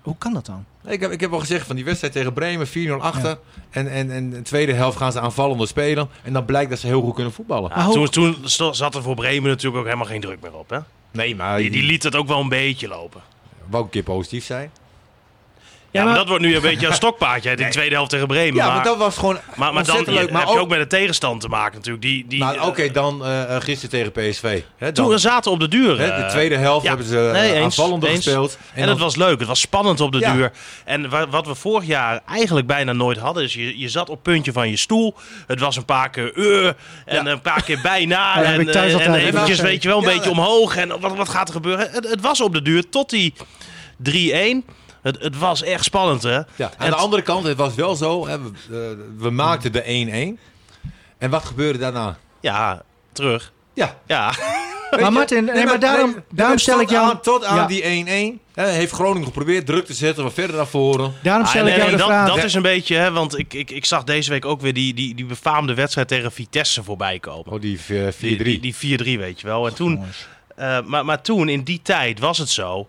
Speaker 2: hoe kan dat dan?
Speaker 4: Ik heb, ik heb al gezegd van die wedstrijd tegen Bremen, 4-0 achter. En, en, en de tweede helft gaan ze aanvallende spelen. En dan blijkt dat ze heel goed kunnen voetballen.
Speaker 2: Maar hoe-
Speaker 3: Ah, Toen, toen sto- zat er voor Bremen natuurlijk ook helemaal geen druk meer op. Hè?
Speaker 4: Nee, maar
Speaker 3: Die, die liet het ook wel een beetje lopen.
Speaker 4: wou een keer positief zijn.
Speaker 3: Ja, maar
Speaker 2: maar-
Speaker 3: dat wordt nu een beetje een stokpaardje. hè, In de tweede helft tegen Bremen.
Speaker 4: Ja,
Speaker 3: maar,
Speaker 4: want dat was gewoon
Speaker 3: maar, maar dan
Speaker 4: ontzettend leuk. Maar
Speaker 3: heb je ook
Speaker 4: ook,
Speaker 3: met de tegenstand te maken natuurlijk. Die, die,
Speaker 4: maar oké,
Speaker 3: eh,
Speaker 4: dan eh, eh, gisteren tegen PSV. Hè, dan,
Speaker 3: Toen we zaten op de duur.
Speaker 4: hè, de
Speaker 3: eh,
Speaker 4: tweede helft
Speaker 3: ja.
Speaker 4: hebben ze eh,
Speaker 3: Nee, eens,
Speaker 4: aanvallender
Speaker 3: eens.
Speaker 4: gespeeld.
Speaker 3: En, het
Speaker 4: dan-
Speaker 3: was leuk, het was spannend op de
Speaker 4: Ja.
Speaker 3: duur. En wa- wat we vorig jaar eigenlijk bijna nooit hadden, is je, je zat op puntje van je stoel. Het was een paar keer eh en
Speaker 4: Ja.
Speaker 3: een paar keer bijna.
Speaker 2: Ja, dat heb
Speaker 3: en
Speaker 2: ik thuis
Speaker 3: eh, en
Speaker 2: altijd.
Speaker 3: eventjes,
Speaker 4: Ja.
Speaker 3: weet je wel, een
Speaker 4: Ja.
Speaker 3: beetje omhoog. En wat, wat gaat er gebeuren? Het, het was op de duur tot die 3-1. Het, het was echt spannend, hè?
Speaker 4: Ja, aan
Speaker 3: Het-
Speaker 4: de andere kant, het was wel zo. Hè, we, eh, we maakten de 1-1. En wat gebeurde daarna?
Speaker 3: Ja, terug.
Speaker 4: Ja,
Speaker 3: Ja,
Speaker 4: Weet
Speaker 2: Maar
Speaker 4: je?
Speaker 2: Martin, nee, maar
Speaker 4: nee,
Speaker 2: daarom-
Speaker 4: nee,
Speaker 2: daarom
Speaker 4: nee,
Speaker 2: stel
Speaker 4: tot
Speaker 2: ik jou-
Speaker 4: aan- tot aan
Speaker 2: Ja.
Speaker 4: die 1-1 hè, heeft Groningen geprobeerd druk te zetten, wat verder naar voren.
Speaker 2: Daarom
Speaker 3: Ah,
Speaker 2: stel
Speaker 3: nee,
Speaker 2: ik jou
Speaker 3: nee,
Speaker 2: de
Speaker 3: dat,
Speaker 2: vraag.
Speaker 3: dat is een beetje, hè, want ik, ik, ik zag deze week ook weer die, die, die befaamde wedstrijd tegen Vitesse voorbij komen.
Speaker 4: Oh, die eh, 4-3.
Speaker 3: Die- Die, die 4-3, weet je wel. En toen, eh, maar, maar toen, in die tijd, was het zo.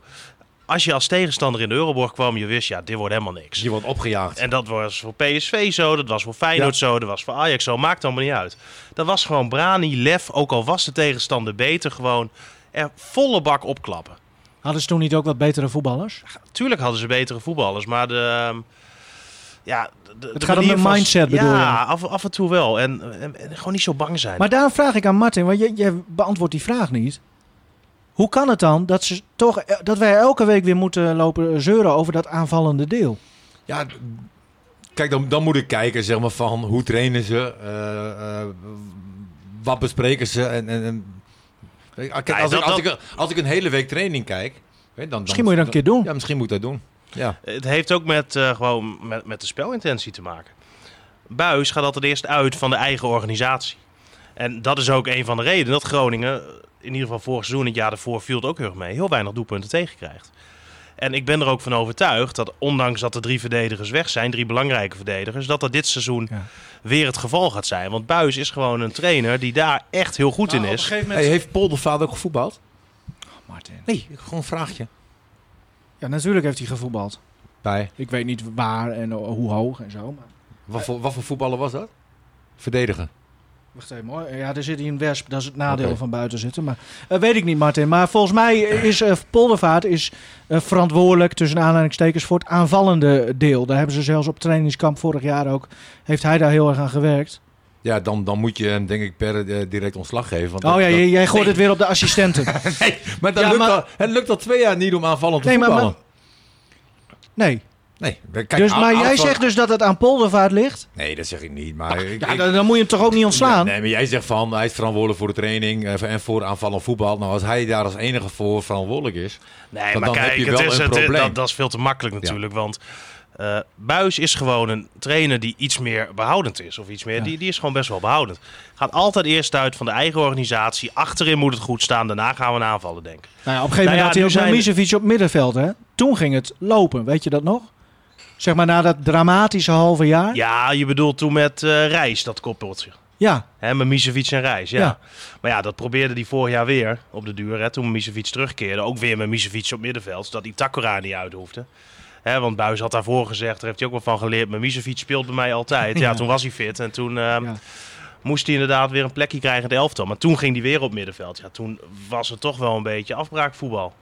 Speaker 3: Als je als tegenstander in de Euroborg kwam, je wist, ja, dit wordt helemaal niks.
Speaker 4: Die wordt opgejaagd.
Speaker 3: En dat was voor PSV zo, dat was voor Feyenoord zo, dat was voor Ajax zo. Maakt allemaal niet uit. Dat was gewoon Brani, Lef, ook al was de tegenstander beter, gewoon er volle bak opklappen.
Speaker 2: Hadden ze toen niet ook wat betere voetballers?
Speaker 3: Tuurlijk hadden ze betere voetballers, maar de. ehm, ja, de- de,
Speaker 2: gaat om
Speaker 3: manier
Speaker 2: de
Speaker 3: van-
Speaker 2: mindset, bedoel
Speaker 3: Ja,
Speaker 2: je?
Speaker 3: af, af en toe wel. En, en, en gewoon niet zo bang zijn.
Speaker 2: Maar daarom vraag ik aan Martin, want jij, jij beantwoordt die vraag niet. Hoe kan het dan dat, ze toch, eh, dat wij elke week weer moeten lopen zeuren over dat aanvallende deel?
Speaker 4: Ja, d- kijk, dan, dan moet ik kijken zeg maar, van hoe trainen ze, eh, eh, wat bespreken ze. En, en, en... Kijk, als,
Speaker 3: Nee,
Speaker 4: ik,
Speaker 3: dat-
Speaker 4: als,
Speaker 3: dat-
Speaker 4: ik, als ik een hele week training kijk... hè, Dan, dan,
Speaker 2: Misschien moet je dat een keer doen.
Speaker 4: Ja, misschien moet ik dat doen. Ja.
Speaker 3: Het heeft ook met, eh, gewoon met, met de spelintentie te maken. Buis gaat altijd eerst uit van de eigen organisatie. En dat is ook een van de redenen dat Groningen, in ieder geval vorig seizoen, het jaar daarvoor viel het ook heel erg mee, heel weinig doelpunten tegenkrijgt. En ik ben er ook van overtuigd dat ondanks dat de drie verdedigers weg zijn, drie belangrijke verdedigers, dat dat dit seizoen
Speaker 2: Ja.
Speaker 3: weer het geval gaat zijn. Want Buis is gewoon een trainer die daar echt heel goed in is.
Speaker 4: Hey, heeft Poldervaart ook gevoetbald?
Speaker 2: Martin.
Speaker 4: Nee, gewoon een vraagje.
Speaker 2: Ja, natuurlijk heeft hij gevoetbald.
Speaker 4: Bij,
Speaker 2: Ik weet niet waar en o- hoe hoog en zo. Maar...
Speaker 4: wat voor, wat voor voetballer was dat? Verdedigen.
Speaker 2: Wacht even hoor. Ja, er zit hier een wesp. Dat is het nadeel
Speaker 4: Oké.
Speaker 2: van buiten zitten. Maar eh, weet ik niet, Martin. Maar volgens mij is eh, Poldervaart is, eh, verantwoordelijk tussen aanhalingstekens voor het aanvallende deel. Daar hebben ze zelfs op trainingskamp vorig jaar ook. Heeft hij daar heel erg aan gewerkt.
Speaker 4: Ja, dan, dan moet je hem denk ik per eh, direct ontslag geven. Want
Speaker 2: oh
Speaker 4: dat-
Speaker 2: ja,
Speaker 4: dat-
Speaker 2: jij, jij gooit het weer op de assistenten.
Speaker 4: Nee, maar, dat
Speaker 2: Ja,
Speaker 4: lukt
Speaker 2: maar-
Speaker 4: Al, het lukt al twee jaar niet om aanvallend te
Speaker 2: Nee, maar-
Speaker 4: voetballen.
Speaker 2: Nee.
Speaker 4: nee, kijk,
Speaker 2: Dus,
Speaker 4: aan-
Speaker 2: maar jij
Speaker 4: aanval-
Speaker 2: zegt dus dat het aan Poldervaart ligt?
Speaker 4: Nee, dat zeg ik niet. Maar ik,
Speaker 2: Ja,
Speaker 4: ik-
Speaker 2: dan, dan moet je hem toch ook niet ontslaan?
Speaker 4: Nee, maar jij zegt van hij is verantwoordelijk voor de training eh, en voor aanvallend voetbal. Nou, als hij daar als enige voor verantwoordelijk is.
Speaker 3: Nee,
Speaker 4: Want
Speaker 3: maar
Speaker 4: dan heb
Speaker 3: kijk,
Speaker 4: je
Speaker 3: het
Speaker 4: wel
Speaker 3: is,
Speaker 4: een
Speaker 3: het,
Speaker 4: probleem.
Speaker 3: dat, dat is veel te makkelijk natuurlijk. Want Eh, Buis is gewoon een trainer die iets meer behoudend is. Of iets meer. Die, die is gewoon best wel behoudend. Gaat altijd eerst uit van de eigen organisatie. Achterin moet het goed staan. Daarna gaan we een aanvallen, denk ik.
Speaker 2: Nou ja, op een gegeven
Speaker 3: Nou ja,
Speaker 2: moment had hij
Speaker 3: nu
Speaker 2: ook
Speaker 3: zijn-
Speaker 2: met Misevic op middenveld. Hè? Toen ging het lopen, weet je dat nog? Zeg maar na dat dramatische halve jaar.
Speaker 3: Ja, je bedoelt toen met eh, Reis, dat koppeltje.
Speaker 2: Ja,
Speaker 3: Hè, met Misevic en Reis, ja.
Speaker 2: Ja.
Speaker 3: Maar ja, dat probeerde hij vorig jaar weer op de duur. Hè, toen Misevic terugkeerde. Ook weer met Misevic op middenveld. Zodat die Takura niet uit hoefde. Hè, want Buis had daarvoor gezegd, daar heeft hij ook wel van geleerd. Maar Misevic speelt bij mij altijd. Ja,
Speaker 2: Ja.
Speaker 3: toen was hij fit. En toen ehm,
Speaker 2: Ja.
Speaker 3: moest hij inderdaad weer een plekje krijgen in het elftal. Maar toen ging hij weer op middenveld. Ja, toen was het toch wel een beetje afbraakvoetbal.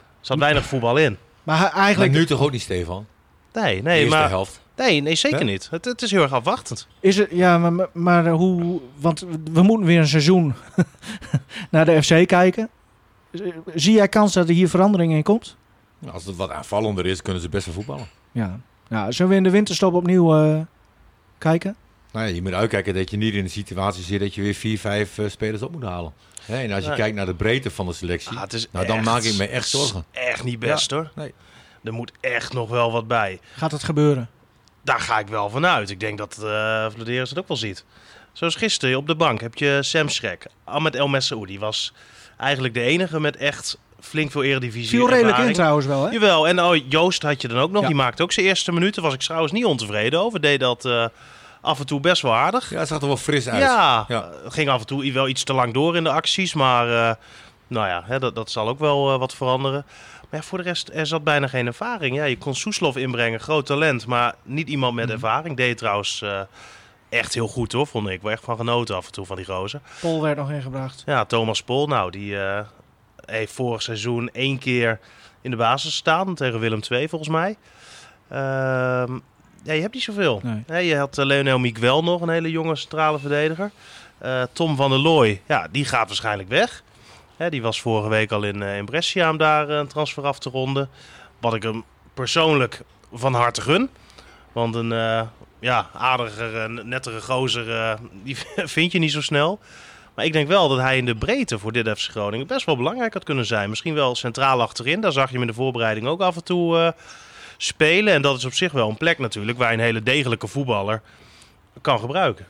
Speaker 3: Er zat weinig voetbal in.
Speaker 2: maar hij-
Speaker 4: Maar
Speaker 2: eigenlijk
Speaker 4: nu toch ook niet, Stefan?
Speaker 3: Nee,
Speaker 4: De
Speaker 3: nee,
Speaker 4: eerste
Speaker 3: maar,
Speaker 4: helft.
Speaker 3: nee, nee zeker
Speaker 4: Hè?
Speaker 3: niet. Het, het is heel erg afwachtend.
Speaker 2: is het... Ja, maar, maar- maar eh, hoe... Want we moeten weer een seizoen naar de FC kijken. eh, Zie jij kans dat er hier verandering in komt?
Speaker 4: Nou, Als het wat aanvallender is, kunnen ze best wel voetballen.
Speaker 2: Ja. Nou, zullen we in de winterstop opnieuw eh, kijken?
Speaker 4: Nou ja, je moet uitkijken dat je niet in de situatie zit dat je weer vier, vijf eh, spelers op moet halen. Hè, en als je
Speaker 3: Nee.
Speaker 4: kijkt naar de breedte van de selectie,
Speaker 3: Ah, het is
Speaker 4: nou, dan
Speaker 3: echt-
Speaker 4: maak ik me echt zorgen.
Speaker 3: Echt niet best hoor.
Speaker 4: nee.
Speaker 3: Er moet echt nog wel wat bij.
Speaker 2: Gaat het gebeuren?
Speaker 3: Daar ga ik wel van uit. Ik denk dat eh Vladeris het ook wel ziet. Zoals gisteren op de bank heb je Sam Schrek. Ahmed El Messaoudi was eigenlijk de enige met echt flink veel eredivisie.
Speaker 2: Viel redelijk in
Speaker 3: ervaring.
Speaker 2: trouwens wel, hè?
Speaker 3: Jawel, en oh, Joost had je dan ook nog.
Speaker 2: Ja.
Speaker 3: Die maakte ook zijn eerste minuten. Was ik trouwens niet ontevreden over. Deed dat eh, af en toe best wel aardig.
Speaker 4: Ja, het zag er wel fris uit.
Speaker 3: Ja,
Speaker 4: Ja.
Speaker 3: eh, ging af en toe i- wel iets te lang door in de acties. Maar eh, nou ja, hè, dat, dat zal ook wel eh, wat veranderen. Maar ja, voor de rest, er zat bijna geen ervaring. Ja, je kon Soeslof inbrengen, groot talent. Maar niet iemand
Speaker 4: Mhm.
Speaker 3: met ervaring. Deed het trouwens eh, echt heel goed hoor, vond ik. Wel echt van genoten af en toe van die rozen.
Speaker 2: Pol werd nog ingebracht.
Speaker 3: Ja, Thomas Pol, nou, die eh, heeft vorig seizoen één keer in de basis staan. Tegen Willem II volgens mij. Ehm, ja, je hebt niet zoveel.
Speaker 2: Nee.
Speaker 3: Hè, je had eh, Leonel Miguel nog, een hele jonge centrale verdediger. Eh, Tom van der Looy, ja, die gaat waarschijnlijk weg. Hè, die was vorige week al in, eh in Brescia om daar eh, een transfer af te ronden. Wat ik hem persoonlijk van harte gun. Want een eh, ja, aardiger, eh, nettere gozer, eh, die vind je niet zo snel. Maar ik denk wel dat hij in de breedte voor dit FC Groningen best wel belangrijk had kunnen zijn. Misschien wel centraal achterin. Daar zag je hem in de voorbereiding ook af en toe eh, spelen. En dat is op zich wel een plek natuurlijk waar je een hele degelijke voetballer kan gebruiken.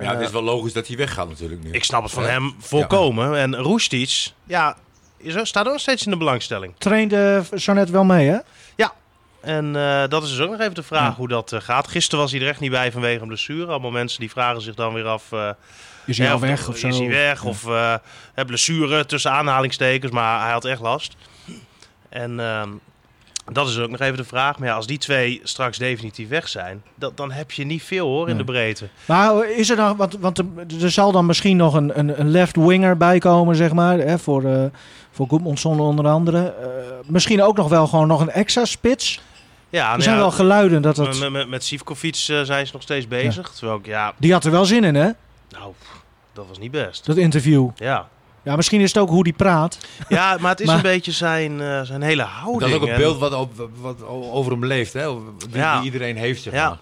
Speaker 4: Ja, het is wel logisch dat hij weggaat natuurlijk nu.
Speaker 3: Ik snap het van
Speaker 4: Ja.
Speaker 3: hem volkomen. En Roestic, ja, is er- staat ook nog steeds in de belangstelling.
Speaker 2: Trainde eh, zo net wel mee, hè?
Speaker 3: En eh, dat is dus ook nog even de vraag hoe dat eh, gaat. Gisteren was hij er echt niet bij vanwege een blessure. Allemaal mensen die vragen zich dan weer af... eh,
Speaker 2: Is hij
Speaker 3: hè,
Speaker 2: al weg of zo?
Speaker 3: Is hij weg? Of eh, hè, blessure tussen aanhalingstekens. Maar hij had echt last. En ehm, dat is ook nog even de vraag. Maar ja, als die twee straks definitief weg zijn... Dat, dan heb je niet veel hoor in
Speaker 2: Nee.
Speaker 3: de breedte.
Speaker 2: Maar eh, is er dan, want, want er, er zal dan misschien nog een, een, een left winger bij komen, zeg maar, hè, voor, eh voor Goedmondson onder andere. Eh, misschien ook nog wel gewoon nog een extra spits.
Speaker 3: Ja, nou
Speaker 2: er zijn
Speaker 3: ja,
Speaker 2: wel geluiden dat dat...
Speaker 3: Met, met, met Sivkovic eh, zijn ze nog steeds bezig. Terwijl ik, ja,
Speaker 2: Die had er wel zin in, hè,
Speaker 3: nou, pff, dat was niet best.
Speaker 2: dat interview.
Speaker 3: Ja,
Speaker 2: Ja, misschien is het ook hoe die praat.
Speaker 3: ja maar het is
Speaker 2: Maar-
Speaker 3: een beetje zijn, eh, zijn hele houding.
Speaker 4: Dat is ook een
Speaker 3: En
Speaker 4: beeld wat, op- wat over hem leeft, hè? Die,
Speaker 3: Ja.
Speaker 4: die iedereen heeft, zeg
Speaker 3: Ja.
Speaker 4: maar.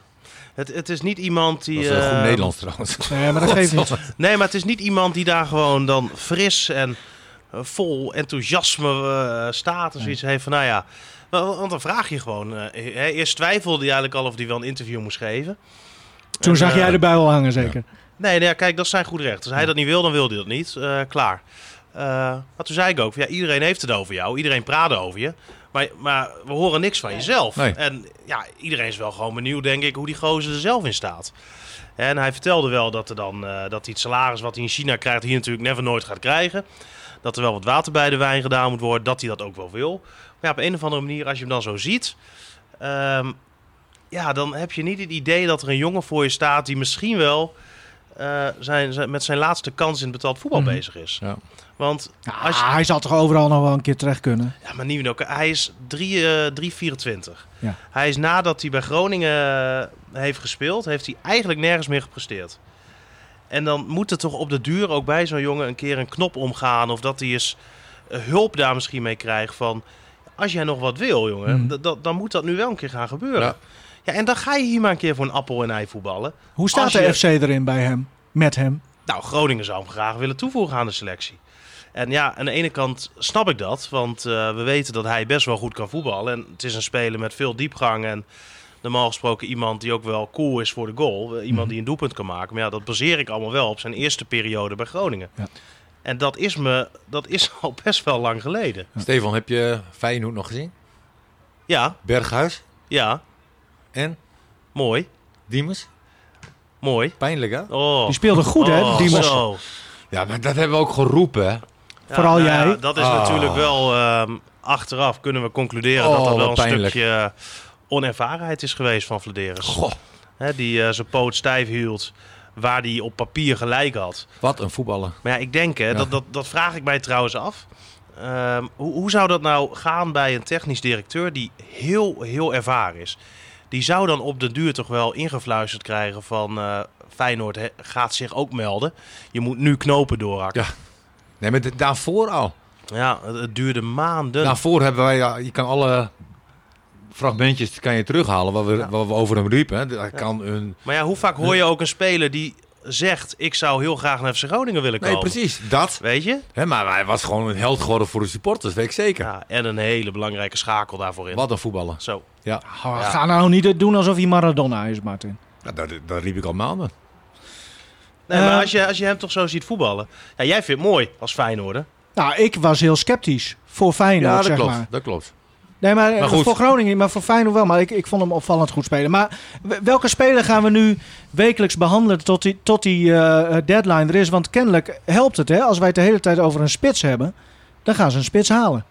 Speaker 3: Het, het is niet iemand die...
Speaker 4: Dat is wel goed
Speaker 3: eh,
Speaker 4: Nederlands trouwens.
Speaker 2: Nee, maar dat geeft niet.
Speaker 3: Nee, maar het is niet iemand die daar gewoon dan fris en eh, vol enthousiasme eh, staat. Of zoiets heeft van, nou ja... wel, Want dan vraag je gewoon... eh, hè, eerst twijfelde hij eigenlijk al of hij wel een interview moest geven.
Speaker 2: Toen
Speaker 3: En,
Speaker 2: zag
Speaker 3: eh,
Speaker 2: jij de buil hangen, zeker.
Speaker 3: Nee, nee, kijk, dat is zijn goed recht. Als hij dat niet wil, dan wil hij dat niet. Eh, klaar. Eh, maar toen zei ik ook, ja, iedereen heeft het over jou. Iedereen praat over je. Maar, maar we horen niks van jezelf.
Speaker 4: Nee.
Speaker 3: En ja, iedereen is wel gewoon benieuwd, denk ik, hoe die gozer er zelf in staat. En hij vertelde wel dat, er dan, eh, dat hij het salaris wat hij in China krijgt, hier natuurlijk never nooit gaat krijgen. Dat er wel wat water bij de wijn gedaan moet worden, dat hij dat ook wel wil. Maar ja, op een of andere manier, als je hem dan zo ziet, ehm, ja, dan heb je niet het idee dat er een jongen voor je staat die misschien wel eh, zijn, zijn- met zijn laatste kans in het betaald voetbal
Speaker 2: Mhm.
Speaker 3: bezig is.
Speaker 4: Ja.
Speaker 3: Want
Speaker 2: Ah,
Speaker 3: als je-
Speaker 2: Hij zal toch overal nog wel een keer terecht kunnen.
Speaker 3: ja, maar Nieuwenok, hij is drie, eh, 324.
Speaker 2: Ja.
Speaker 3: Hij is nadat hij bij Groningen eh, heeft gespeeld, heeft hij eigenlijk nergens meer gepresteerd. En dan moet er toch op de duur ook bij zo'n jongen een keer een knop omgaan. Of dat hij eens eh, hulp daar misschien mee krijgt van... Als jij nog wat wil, jongen,
Speaker 2: Mhm.
Speaker 3: d- dat- dan moet dat nu wel een keer gaan gebeuren. Ja.
Speaker 4: Ja.
Speaker 3: en dan ga je hier maar een keer voor een appel en ei voetballen.
Speaker 2: Hoe staat
Speaker 3: Als
Speaker 2: de
Speaker 3: je-
Speaker 2: FC erin bij hem? Met hem?
Speaker 3: Nou, Groningen zou hem graag willen toevoegen aan de selectie. En ja, aan de ene kant snap ik dat, want eh, we weten dat hij best wel goed kan voetballen. En het is een speler met veel diepgang en normaal gesproken iemand die ook wel cool is voor de goal. Eh,
Speaker 2: Mhm.
Speaker 3: Iemand die een doelpunt kan maken. Maar ja, dat baseer ik allemaal wel op zijn eerste periode bij Groningen.
Speaker 2: Ja.
Speaker 3: En dat is, me, dat is al best wel lang geleden.
Speaker 4: Stefan, heb je Feyenoord nog gezien?
Speaker 3: Ja,
Speaker 4: Berghuis
Speaker 3: ja,
Speaker 4: en
Speaker 3: mooi,
Speaker 4: Diemers?
Speaker 3: mooi.
Speaker 4: Pijnlijk, hè?
Speaker 3: Oh.
Speaker 2: Die speelde goed, hè,
Speaker 3: Oh,
Speaker 2: Diemers?
Speaker 3: zo.
Speaker 4: Ja, maar dat hebben we ook geroepen, hè?
Speaker 3: Ja,
Speaker 2: Vooral
Speaker 3: nou
Speaker 2: jij.
Speaker 3: ja, dat is
Speaker 4: Ah.
Speaker 3: natuurlijk wel ehm, achteraf kunnen we concluderen
Speaker 4: Oh,
Speaker 3: dat dat wel een
Speaker 4: wat pijnlijk. Oh.
Speaker 3: stukje onervarenheid is geweest van Vladeris.
Speaker 4: Goh,
Speaker 3: Hè, die eh, zijn poot stijf hield, waar hij op papier gelijk had.
Speaker 4: wat een voetballer.
Speaker 3: Maar ja, ik denk, hè, dat, dat, dat vraag ik mij trouwens af. Ehm, hoe, hoe zou dat nou gaan bij een technisch directeur die heel, heel ervaren is? Die zou dan op de duur toch wel ingefluisterd krijgen van eh, Feyenoord hè, gaat zich ook melden. Je moet nu knopen doorhakken.
Speaker 4: Nee, maar d- daarvoor al.
Speaker 3: Ja, het, het duurde maanden.
Speaker 4: Daarvoor hebben wij, ja, je kan alle fragmentjes kan je terughalen wat we, wat we over hem riepen. Hè. Dat kan een...
Speaker 3: Maar ja, hoe vaak hoor je ook een speler die zegt: Ik zou heel graag naar FC Groningen willen komen?
Speaker 4: Nee, precies, dat.
Speaker 3: Weet je?
Speaker 4: Hè, maar hij was gewoon een held geworden voor de supporters, weet ik zeker.
Speaker 3: Ja, en een hele belangrijke schakel daarvoor in.
Speaker 4: Wat een voetballer.
Speaker 3: Zo.
Speaker 4: Ja,
Speaker 2: Ah, Ga nou niet doen alsof hij Maradona is, Martin.
Speaker 4: Nou, dat, dat riep ik al maanden.
Speaker 3: Nee,
Speaker 2: Eh,
Speaker 3: maar als je, als je hem toch zo ziet voetballen. Ja, jij vindt het mooi als Feyenoorder.
Speaker 2: Nou, ik was heel sceptisch voor Feyenoord,
Speaker 4: Ja, dat
Speaker 2: zeg
Speaker 4: klopt,
Speaker 2: maar.
Speaker 4: dat klopt.
Speaker 2: Nee, maar, eh,
Speaker 4: Maar goed.
Speaker 2: voor Groningen, maar voor Feyenoord wel. Maar ik, ik vond hem opvallend goed spelen. Maar w- welke speler gaan we nu wekelijks behandelen tot die, tot die eh, deadline er is? Want kennelijk helpt het, hè? Als wij het de hele tijd over een spits hebben, dan gaan ze een spits halen.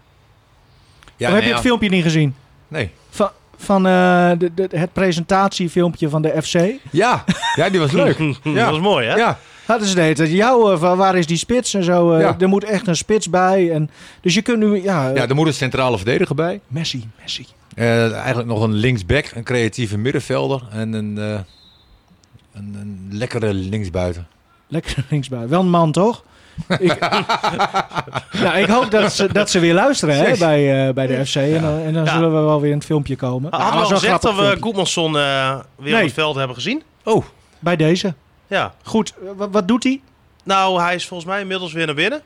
Speaker 4: Ja,
Speaker 2: of heb
Speaker 4: nee,
Speaker 2: je het
Speaker 4: ja.
Speaker 2: filmpje niet gezien?
Speaker 4: Nee.
Speaker 2: Van, van eh, de, de- het presentatiefilmpje van de FC?
Speaker 4: Ja. ja, die was leuk. Ja.
Speaker 2: Hm.
Speaker 3: Dat was mooi, hè?
Speaker 4: Ja,
Speaker 2: Hadden ze de hele tijd, jou, eh, van waar is die spits en zo? eh,
Speaker 4: Ja.
Speaker 2: Er moet echt een spits bij. En, dus je kunt nu, ja, eh,
Speaker 4: ja, er moet een centrale verdediger bij.
Speaker 2: Messi, Messi.
Speaker 4: Eh, eigenlijk nog een linksback, een creatieve middenvelder en een, eh, een, een lekkere linksbuiten.
Speaker 2: Lekker linksbuiten. Wel een man, toch? ik, nou, ik hoop dat ze, dat ze weer luisteren hè,
Speaker 4: Precies.
Speaker 2: bij, eh, bij de FC. En dan, en dan
Speaker 3: Ja.
Speaker 2: zullen we wel weer in het filmpje komen.
Speaker 3: Hadden
Speaker 2: maar
Speaker 3: we al
Speaker 2: zo'n
Speaker 3: gezegd
Speaker 2: grappig
Speaker 3: dat we
Speaker 2: filmpje.
Speaker 3: Goedmanson eh, weer
Speaker 2: Nee.
Speaker 3: op het veld hebben gezien?
Speaker 4: Oh,
Speaker 2: Bij deze.
Speaker 3: Ja.
Speaker 2: Goed, eh, wat, wat doet hij?
Speaker 3: Nou, hij is volgens mij inmiddels weer naar binnen.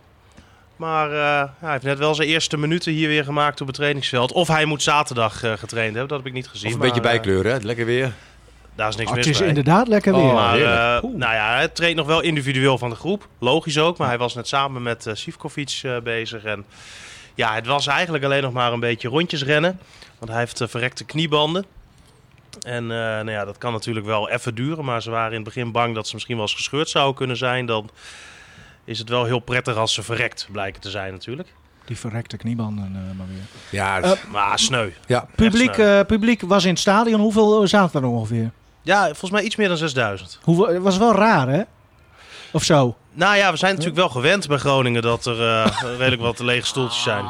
Speaker 3: Maar eh, hij heeft net wel zijn eerste minuten hier weer gemaakt op het trainingsveld. Of hij moet zaterdag eh, getraind hebben, dat heb ik niet gezien.
Speaker 4: of een
Speaker 3: maar,
Speaker 4: beetje
Speaker 3: eh,
Speaker 4: bijkleuren, hè? lekker weer.
Speaker 3: daar is niks
Speaker 2: Oh,
Speaker 3: mis
Speaker 2: het is
Speaker 3: mee.
Speaker 2: inderdaad lekker weer.
Speaker 4: Oh,
Speaker 3: Maar
Speaker 4: heerlijk.
Speaker 3: eh, nou ja, hij treedt nog wel individueel van de groep. Logisch ook, maar hij was net samen met eh Sivkovic eh, bezig. En ja, het was eigenlijk alleen nog maar een beetje rondjes rennen. Want hij heeft eh, verrekte kniebanden. En eh, nou ja, dat kan natuurlijk wel even duren. Maar ze waren in het begin bang dat ze misschien wel eens gescheurd zouden kunnen zijn. Dan is het wel heel prettig als ze verrekt blijken te zijn natuurlijk.
Speaker 2: Die verrekte kniebanden eh, maar weer.
Speaker 4: Ja, dus-
Speaker 2: eh,
Speaker 3: Maar sneu.
Speaker 4: ja.
Speaker 2: Publiek,
Speaker 3: sneu.
Speaker 2: eh, publiek was in het stadion. Hoeveel eh, zaten er ongeveer?
Speaker 3: Ja, volgens mij iets meer dan 6000.
Speaker 2: Hoeveel, het was wel raar, hè? Of zo.
Speaker 3: Nou ja, we zijn natuurlijk wel gewend bij Groningen dat er eh, redelijk wat lege stoeltjes zijn.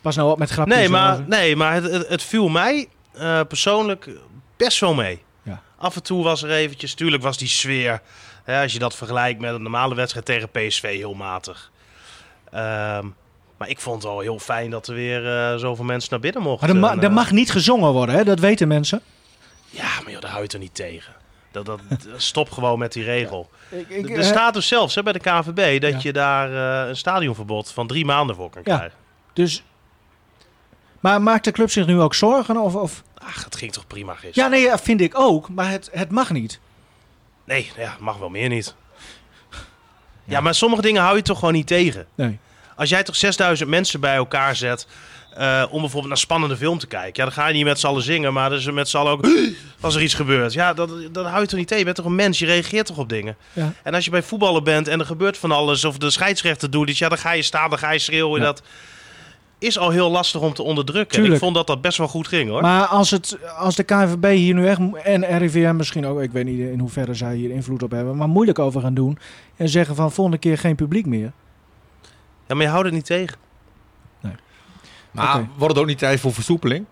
Speaker 2: Pas nou op met grapjes.
Speaker 3: Nee, maar,
Speaker 2: hoor.
Speaker 3: nee, maar het, het, het viel mij eh, persoonlijk best wel mee.
Speaker 2: Ja.
Speaker 3: Af en toe was er eventjes, tuurlijk was die sfeer, hè, als je dat vergelijkt met een normale wedstrijd tegen PSV, heel matig. Ehm, maar ik vond het al heel fijn dat er weer eh, zoveel mensen naar binnen mochten.
Speaker 2: Maar er, ma-
Speaker 3: En, eh,
Speaker 2: er mag niet gezongen worden, hè? Dat weten mensen.
Speaker 3: Ja, maar joh, daar hou je het er niet tegen. Dat, dat, stop gewoon met die regel.
Speaker 2: Ik,
Speaker 3: De,
Speaker 2: ik,
Speaker 3: de
Speaker 2: eh,
Speaker 3: status zelfs hè, bij de KNVB dat
Speaker 2: Ja.
Speaker 3: je daar eh, een stadionverbod van drie maanden voor kan
Speaker 2: Ja.
Speaker 3: krijgen.
Speaker 2: Dus. Maar maakt de club zich nu ook zorgen? Of, of...
Speaker 3: Ach, Ah, het ging toch prima gisteren?
Speaker 2: Ja, nee, ja, vind ik ook. Maar het, het mag niet.
Speaker 3: Nee, nou ja, mag wel meer niet. Ja, maar sommige dingen hou je toch gewoon niet tegen.
Speaker 2: Nee.
Speaker 3: Als jij toch 6000 mensen bij elkaar zet eh, om bijvoorbeeld naar spannende film te kijken. Ja, dan ga je niet met z'n allen zingen, maar dan is er met z'n allen ook... Als er iets gebeurt. Ja, dat, dat hou je toch niet tegen. Je bent toch een mens, je reageert toch op dingen.
Speaker 2: Ja.
Speaker 3: En als je bij voetballen bent en er gebeurt van alles... of de scheidsrechter doet iets, ja, dan ga je staan, dan ga je schreeuwen.
Speaker 2: Ja.
Speaker 3: Dat is al heel lastig om te onderdrukken. En ik
Speaker 2: Tuurlijk.
Speaker 3: vond dat dat best wel goed ging, hoor.
Speaker 2: Maar als, het, als de KNVB hier nu echt, en RIVM misschien ook, ik weet niet in hoeverre zij hier invloed op hebben, maar moeilijk over gaan doen. En zeggen van volgende keer geen publiek meer.
Speaker 3: Ja, maar je houdt het niet tegen.
Speaker 4: Maar
Speaker 2: Oké.
Speaker 4: wordt het ook niet tijd voor versoepeling?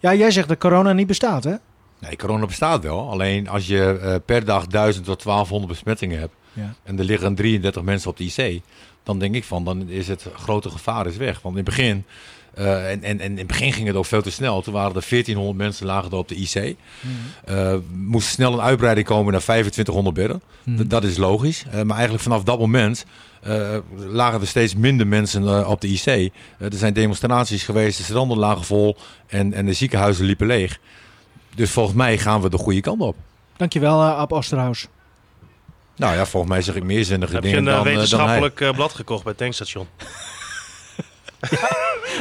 Speaker 2: Ja, jij zegt dat corona niet bestaat, hè?
Speaker 4: Nee, corona bestaat wel. Alleen als je eh, per dag 1000 tot 1200 besmettingen hebt
Speaker 2: Ja.
Speaker 4: en er liggen 33 mensen op de IC, dan denk ik van, dan is het grote gevaar is weg. Want in het begin eh, Eh, en, en, en in het begin ging het ook veel te snel. Toen waren er 1400 mensen lagen er op de IC. Eh, moest snel een uitbreiding komen naar 2500 bedden. D- Dat is logisch. Eh, maar eigenlijk vanaf dat moment eh, lagen er steeds minder mensen eh, op de IC. Eh, er zijn demonstraties geweest, de stranden lagen vol en, en de ziekenhuizen liepen leeg. Dus volgens mij gaan we de goede kant op.
Speaker 2: Dankjewel, eh Ab Osterhaus.
Speaker 4: Nou ja, volgens mij zeg ik meer zinnige
Speaker 3: Heb je
Speaker 4: dingen
Speaker 3: een eh,
Speaker 4: dan, eh, dan hij.
Speaker 3: wetenschappelijk eh, blad gekocht bij het tankstation?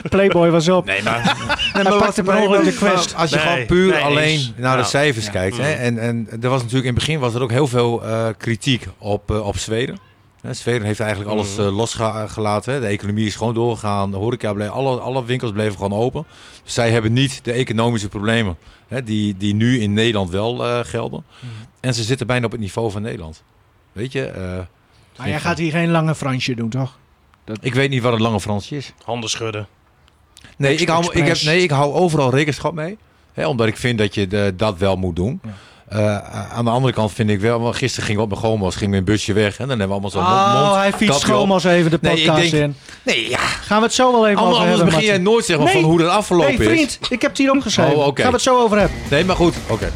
Speaker 2: Playboy was op.
Speaker 4: Nee, maar, nee,
Speaker 2: Hij pakte per ongeluk de
Speaker 4: maar
Speaker 2: quest.
Speaker 4: Als je
Speaker 3: Nee,
Speaker 4: gewoon puur
Speaker 3: nee,
Speaker 4: alleen
Speaker 3: eens.
Speaker 4: naar de
Speaker 3: Ja. Mm.
Speaker 4: cijfers
Speaker 2: Ja.
Speaker 4: kijkt. Hè, en, en er was natuurlijk in het begin was er ook heel veel eh, kritiek op, eh, op Zweden. Hè, Zweden heeft eigenlijk alles
Speaker 3: Mm.
Speaker 4: eh, losgelaten. Hè. De economie is gewoon doorgegaan. De horeca bleef, alle, alle winkels bleven gewoon open. Dus Zij hebben niet de economische problemen hè, die, die nu in Nederland wel eh, gelden.
Speaker 3: Mm.
Speaker 4: En ze zitten bijna op het niveau van Nederland. Weet je, eh,
Speaker 2: Maar jij gaat hier geen lange Fransje doen, toch?
Speaker 4: ik weet niet wat een lange Fransje is.
Speaker 3: Handen schudden.
Speaker 4: Nee,
Speaker 2: Ex-
Speaker 4: ik hou, ik, heb,
Speaker 2: expres.
Speaker 4: nee ik hou overal rekenschap mee. Hè, omdat ik vind dat je de- dat wel moet doen. Eh, aan de andere kant vind ik wel... Want gisteren ging ik op mijn gomas, ging mijn busje weg. En dan hebben we allemaal zo'n mond-
Speaker 2: Oh,
Speaker 4: mond.
Speaker 2: hij fietst
Speaker 4: kapje op.
Speaker 2: schoon als even de
Speaker 4: Nee, ik
Speaker 2: podcast
Speaker 4: denk-
Speaker 2: in.
Speaker 4: Nee, ja.
Speaker 2: Gaan we het zo wel even
Speaker 4: Anders,
Speaker 2: over
Speaker 4: anders
Speaker 2: hebben,
Speaker 4: begin jij
Speaker 2: Martin.
Speaker 4: nooit zeggen
Speaker 2: Nee.
Speaker 4: van hoe dat afgelopen
Speaker 2: Hey vriend, ik heb het hier omgeschreven.
Speaker 4: Oh, oké.
Speaker 2: Gaan we het zo over hebben.
Speaker 4: is. Nee, maar goed. Oké.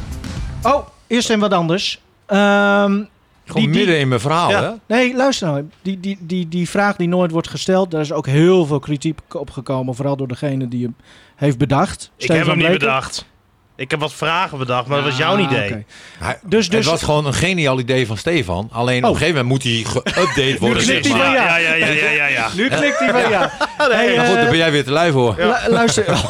Speaker 2: Oh, eerst even wat anders. Ehm,
Speaker 4: Gewoon
Speaker 2: Die- die-
Speaker 4: midden in mijn verhaal,
Speaker 3: Ja.
Speaker 4: hè?
Speaker 2: nee, luister nou. Die, die, die, die vraag die nooit wordt gesteld, daar is ook heel veel kritiek op gekomen. Vooral door degene die hem heeft bedacht.
Speaker 3: Ik heb hem niet
Speaker 2: Bleker.
Speaker 3: bedacht. Ik heb wat vragen bedacht, maar dat was jouw
Speaker 2: Ah,
Speaker 3: idee.
Speaker 2: oké.
Speaker 4: Hij-
Speaker 2: Dus, dus,
Speaker 4: het was gewoon een geniaal idee van Stefan. Alleen
Speaker 2: Oh.
Speaker 4: op een gegeven moment moet hij geüpdate worden.
Speaker 2: knikt
Speaker 4: zeg
Speaker 2: hij
Speaker 4: maar.
Speaker 2: van
Speaker 3: ja, ja, ja, ja, ja, ja.
Speaker 2: nu klikt hij van ja. Hey,
Speaker 4: Maar Nou goed,
Speaker 2: eh,
Speaker 4: daar ben jij weer te lui voor.
Speaker 2: Lu- luister.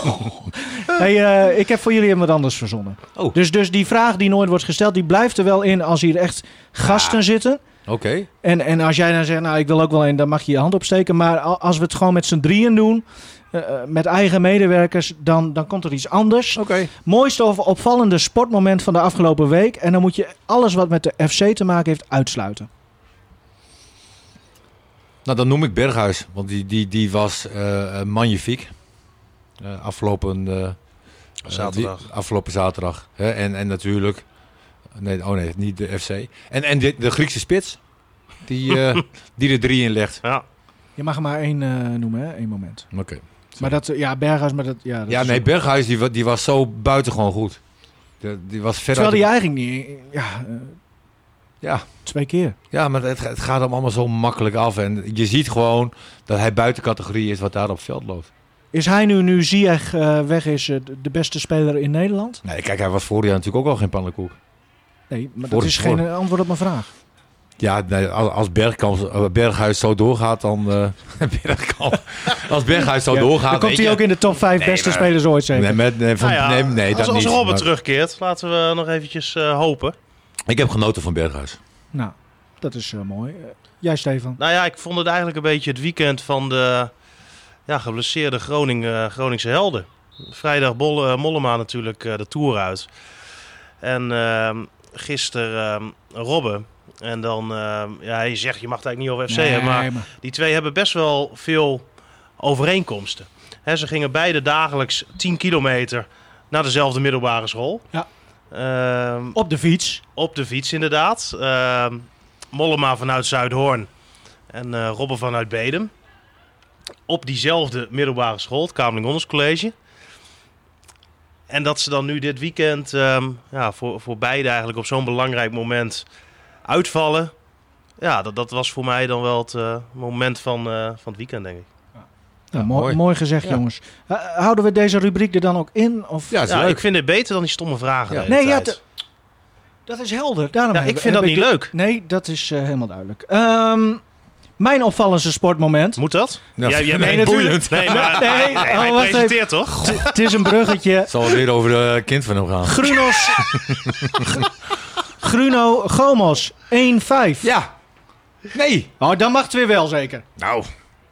Speaker 2: Hey, eh, ik heb voor jullie wat anders verzonnen.
Speaker 4: Oh.
Speaker 2: Dus, dus die vraag die nooit wordt gesteld, die blijft er wel in als hier echt gasten
Speaker 4: Ah.
Speaker 2: zitten.
Speaker 4: Oké.
Speaker 2: En, en als jij dan zegt, nou ik wil ook wel een, dan mag je je hand opsteken. Maar a- als we het gewoon met z'n drieën doen, eh, eh, met eigen medewerkers, dan, dan komt er iets anders.
Speaker 4: Oké.
Speaker 2: Mooiste of opvallende sportmoment van de afgelopen week. En dan moet je alles wat met de FC te maken heeft uitsluiten.
Speaker 4: Nou, dan noem ik Berghuis. Want die, die, die was eh, eh, magnifiek. Eh, afgelopen, eh,
Speaker 3: Zaterdag.
Speaker 4: eh, die- afgelopen zaterdag. Hè? En, en natuurlijk... Nee, oh nee, niet de FC. En, en de, de Griekse spits. Die, eh, die er drie in legt.
Speaker 3: Ja.
Speaker 2: Je mag er maar één eh, noemen, hè? één moment.
Speaker 4: Oké.
Speaker 2: Maar dat, eh, ja, Berghuis, maar dat, ja. dat
Speaker 4: Ja,
Speaker 2: is-
Speaker 4: nee, Berghuis die, wa- die was zo buitengewoon goed. De- die was verder...
Speaker 2: Terwijl hij eigenlijk niet, ja, eh,
Speaker 4: Ja,
Speaker 2: twee keer.
Speaker 4: ja maar het, het gaat hem allemaal zo makkelijk af. En je ziet gewoon dat hij buiten categorie is wat daar op het veld loopt.
Speaker 2: Is hij nu, nu Ziyech eh, weg is, eh, de- de beste speler in Nederland?
Speaker 4: Nee, kijk, hij was vorig jaar natuurlijk ook al geen pannenkoek.
Speaker 2: Nee, maar dat
Speaker 4: Vorig-
Speaker 2: is geen eh, antwoord op mijn vraag.
Speaker 4: Ja, nee, als als Bergkamp, eh, Berghuis zo doorgaat, dan... eh, Bergkamp. als Berghuis zo
Speaker 2: Ja,
Speaker 4: Oh, doorgaat...
Speaker 2: dan komt
Speaker 4: weet
Speaker 2: hij
Speaker 4: je-
Speaker 2: ook in de top 5
Speaker 4: Nee,
Speaker 2: beste
Speaker 4: maar-
Speaker 2: spelers ooit zeker.
Speaker 4: Nee, met, nee, van,
Speaker 3: Nou ja,
Speaker 4: nee, nee,
Speaker 3: als
Speaker 4: dat
Speaker 3: als
Speaker 4: niet.
Speaker 3: Robert
Speaker 4: maar
Speaker 3: terugkeert, laten we nog eventjes eh, hopen.
Speaker 4: Ik heb genoten van Berghuis.
Speaker 2: Nou, dat is eh, mooi. Eh, jij Stefan?
Speaker 3: Nou ja, ik vond het eigenlijk een beetje het weekend van de ja, geblesseerde Groning, eh, Groningse helden. Vrijdag Bol, eh, Mollema natuurlijk eh, de Tour uit. En ehm gisteren ehm, Robben. En dan, ehm, ja, hij zegt je mag het eigenlijk niet over FC hebben, maar die twee hebben best wel veel overeenkomsten. Hè, ze gingen beide dagelijks 10 kilometer naar dezelfde middelbare school.
Speaker 2: Ja.
Speaker 3: Ehm,
Speaker 2: Op de fiets.
Speaker 3: op de fiets, inderdaad. Ehm, Mollema vanuit Zuidhoorn en eh Robben vanuit Bedem. Op diezelfde middelbare school, het Kamerling Onders College. En dat ze dan nu dit weekend ehm, ja, voor, voor beide eigenlijk op zo'n belangrijk moment uitvallen. Ja, dat, dat was voor mij dan wel het eh, moment van, eh, van het weekend, denk ik.
Speaker 2: Nou, mooi,
Speaker 4: mooi.
Speaker 2: mooi gezegd,
Speaker 4: Ja.
Speaker 2: jongens. Eh, houden we deze rubriek er dan ook in? Of?
Speaker 4: Ja, is
Speaker 3: Ja,
Speaker 4: leuk.
Speaker 3: ik vind het beter dan die stomme vragen.
Speaker 4: Ja.
Speaker 3: de hele
Speaker 2: Nee, ja, Oh,
Speaker 3: tijd.
Speaker 2: te- Dat is helder. Daarom
Speaker 3: Ja,
Speaker 2: heb-
Speaker 3: ik vind
Speaker 2: heb
Speaker 3: dat niet
Speaker 2: dit-
Speaker 3: leuk.
Speaker 2: Nee, dat is eh, helemaal duidelijk. Ehm, mijn opvallendste sportmoment.
Speaker 3: Moet dat?
Speaker 4: Ja,
Speaker 3: jij, jij
Speaker 4: nee,
Speaker 3: bent
Speaker 4: natuurlijk.
Speaker 3: Nee, maar
Speaker 2: Nee,
Speaker 3: hij,
Speaker 2: oh,
Speaker 3: hij
Speaker 2: wacht even.
Speaker 3: presenteert toch?
Speaker 2: Het is een bruggetje.
Speaker 4: Het zal weer over de kind van hem gaan.
Speaker 2: Grunos. Gruno Gomos, 1-5.
Speaker 4: Ja. Nee.
Speaker 2: Oh, dan mag het weer wel zeker.
Speaker 4: Nou.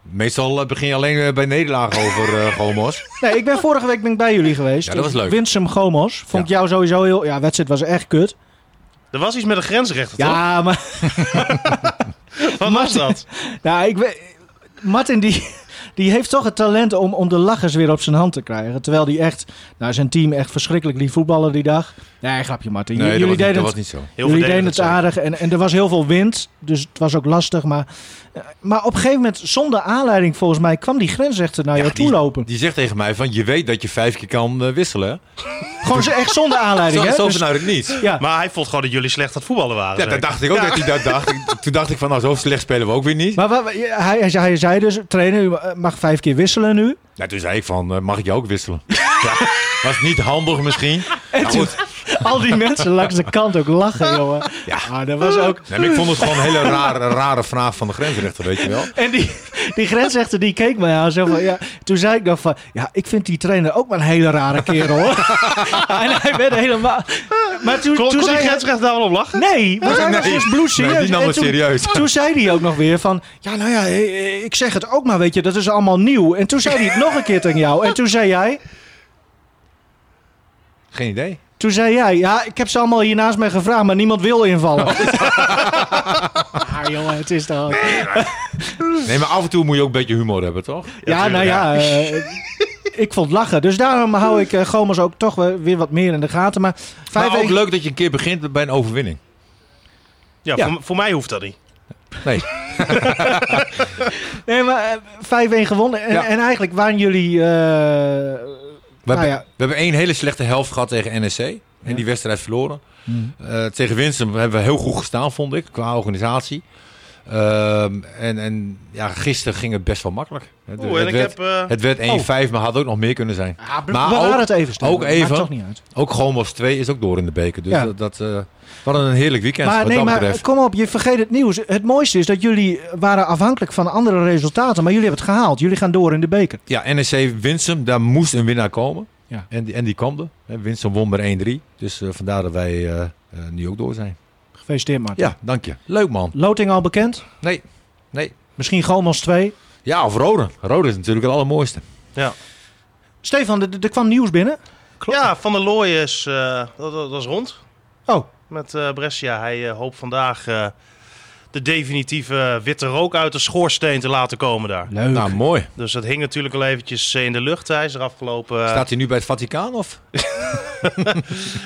Speaker 4: Meestal eh, begin je alleen eh, bij nederlagen over eh Gomos.
Speaker 2: Nee, ik ben vorige week ben ik bij jullie geweest.
Speaker 4: Ja, dat was leuk.
Speaker 2: Winsum Gomos. Vond ik
Speaker 4: Ja.
Speaker 2: jou sowieso heel... Ja, wedstrijd was echt kut.
Speaker 3: Er was iets met een grensrechter, toch?
Speaker 2: Ja, maar...
Speaker 3: Wat was dat?
Speaker 2: Nou, ik weet... Martin die, die heeft toch het talent om, om de lachers weer op zijn hand te krijgen. Terwijl die echt, nou zijn team echt verschrikkelijk die voetballen die dag. Nee, grapje Martin.
Speaker 4: Nee, dat, was
Speaker 2: Jullie
Speaker 4: niet,
Speaker 2: deden
Speaker 4: dat was
Speaker 2: het
Speaker 4: niet zo.
Speaker 3: Heel
Speaker 2: Jullie deden
Speaker 3: verdedigend
Speaker 2: het
Speaker 3: zijn.
Speaker 2: aardig en, en er was heel veel wind, dus het was ook lastig. Maar, eh, maar op een gegeven moment, zonder aanleiding volgens mij, kwam die grensrechter naar jou
Speaker 4: die-
Speaker 2: toe lopen.
Speaker 4: Die zegt tegen mij van, je weet dat je vijf keer kan eh, wisselen. hè?
Speaker 2: Gewoon zo- echt zonder aanleiding,
Speaker 4: Zo,
Speaker 2: hè?
Speaker 4: zo
Speaker 2: Dus-
Speaker 4: vanuit het niets.
Speaker 2: ja.
Speaker 3: Maar hij vond gewoon dat jullie slecht aan het voetballen waren.
Speaker 4: Ja, dat
Speaker 3: zeker?
Speaker 4: dacht ik ook. Dat hij dat dacht. Ik- Toen dacht ik van, nou zo slecht spelen we ook weer niet.
Speaker 2: Maar wa- wa- hij, hij, zei- hij zei dus, trainer, u eh, mag vijf keer wisselen nu.
Speaker 4: Ja, toen zei ik van, eh, mag ik je ook wisselen? Ja, was niet handig misschien. Maar goed,
Speaker 2: Al die mensen langs de kant ook lachen, jongen. Ja, dat was ook...
Speaker 4: nee, maar ik vond het gewoon een hele rare, rare vraag van de grensrechter, weet je wel.
Speaker 2: En die, die grensrechter die keek mij aan. Zo van, ja, toen zei ik nog van, ja, ik vind die trainer ook maar een hele rare kerel. hoor. en hij werd helemaal... Maar toen, toen
Speaker 3: Kon, kon die
Speaker 2: zei hij-
Speaker 3: grensrechter daar wel op lachen?
Speaker 2: Nee, want hij was
Speaker 4: Nee,
Speaker 2: dus bloedserieus.
Speaker 4: nee, die nam
Speaker 2: En
Speaker 4: het
Speaker 2: toen-
Speaker 4: serieus.
Speaker 2: Toen zei hij ook nog weer van... Ja, nou ja, eh, eh, ik zeg het ook maar, weet je. Dat is allemaal nieuw. En toen zei hij het nog een keer tegen jou. En toen zei jij...
Speaker 4: Geen idee.
Speaker 2: Toen zei jij... Ja, ik heb ze allemaal hier naast mij gevraagd, maar niemand wil invallen. ah, jongen, het is toch...
Speaker 4: Nee, maar af en toe moet je ook een beetje humor hebben, toch?
Speaker 2: ja, nou ja... eh, ik vond lachen. Dus daarom hou ik eh Gomers ook toch wel weer wat meer in de gaten. Maar, vijf
Speaker 4: Maar ook
Speaker 2: weken-
Speaker 4: leuk dat je een keer begint bij een overwinning.
Speaker 3: Ja,
Speaker 4: Ja.
Speaker 3: Voor, voor mij hoeft dat niet.
Speaker 4: Nee,
Speaker 2: Nee, maar eh, 5-1 gewonnen. En,
Speaker 4: Ja.
Speaker 2: en eigenlijk waren jullie... eh,
Speaker 4: we,
Speaker 2: Nou
Speaker 4: hebben,
Speaker 2: ja.
Speaker 4: we hebben één hele slechte helft gehad tegen NEC. En die wedstrijd verloren.
Speaker 2: Mm.
Speaker 4: Eh, tegen Winsum hebben we heel goed gestaan, vond ik, qua organisatie. Ehm, en en ja, gisteren ging het best wel makkelijk. Het,
Speaker 3: Oeh, en
Speaker 4: het
Speaker 3: ik
Speaker 4: werd,
Speaker 3: heb... eh, Ah,
Speaker 4: het werd 1-5, maar had ook nog meer kunnen zijn.
Speaker 2: Ja, we
Speaker 4: Maar
Speaker 2: waren
Speaker 4: Ah, ook-
Speaker 2: het even snel.
Speaker 4: ook
Speaker 2: Maakt
Speaker 4: even.
Speaker 2: toch niet uit.
Speaker 4: Ook Gomos 2 is ook door in de beker. Dus
Speaker 2: Ja.
Speaker 4: dat, dat, eh, wat een heerlijk weekend
Speaker 2: maar
Speaker 4: wat
Speaker 2: nee,
Speaker 4: dat
Speaker 2: maar
Speaker 4: betreft.
Speaker 2: kom op, je vergeet het nieuws. Het mooiste is dat jullie waren afhankelijk van andere resultaten, maar jullie hebben het gehaald. Jullie gaan door in de beker.
Speaker 4: Ja, E NEC Winsum, daar moest een winnaar komen.
Speaker 2: Ja.
Speaker 4: En, die, en die kwam er. Hè, Winsum won maar 1-3. Dus eh, vandaar dat wij eh, eh, nu ook door zijn.
Speaker 2: Gefeliciteerd, Martin.
Speaker 4: Ja, dank je. Leuk man.
Speaker 2: Loting al bekend?
Speaker 4: Nee, nee.
Speaker 2: Misschien Gomos 2.
Speaker 4: Ja, of Rode. Rode is natuurlijk het allermooiste.
Speaker 2: Stefan, er er kwam nieuws binnen.
Speaker 3: Ja, Van der Looy is, eh, dat, dat, dat is rond.
Speaker 2: Oh.
Speaker 3: Met eh, Brescia. Hij eh, hoopt vandaag eh, de definitieve witte rook uit de schoorsteen te laten komen daar.
Speaker 2: Leuk.
Speaker 4: Nou, mooi.
Speaker 3: Dus dat hing natuurlijk al eventjes eh, in de lucht. Hij is er afgelopen... eh,
Speaker 4: Staat hij nu bij het Vaticaan of?
Speaker 2: Ja, ik vind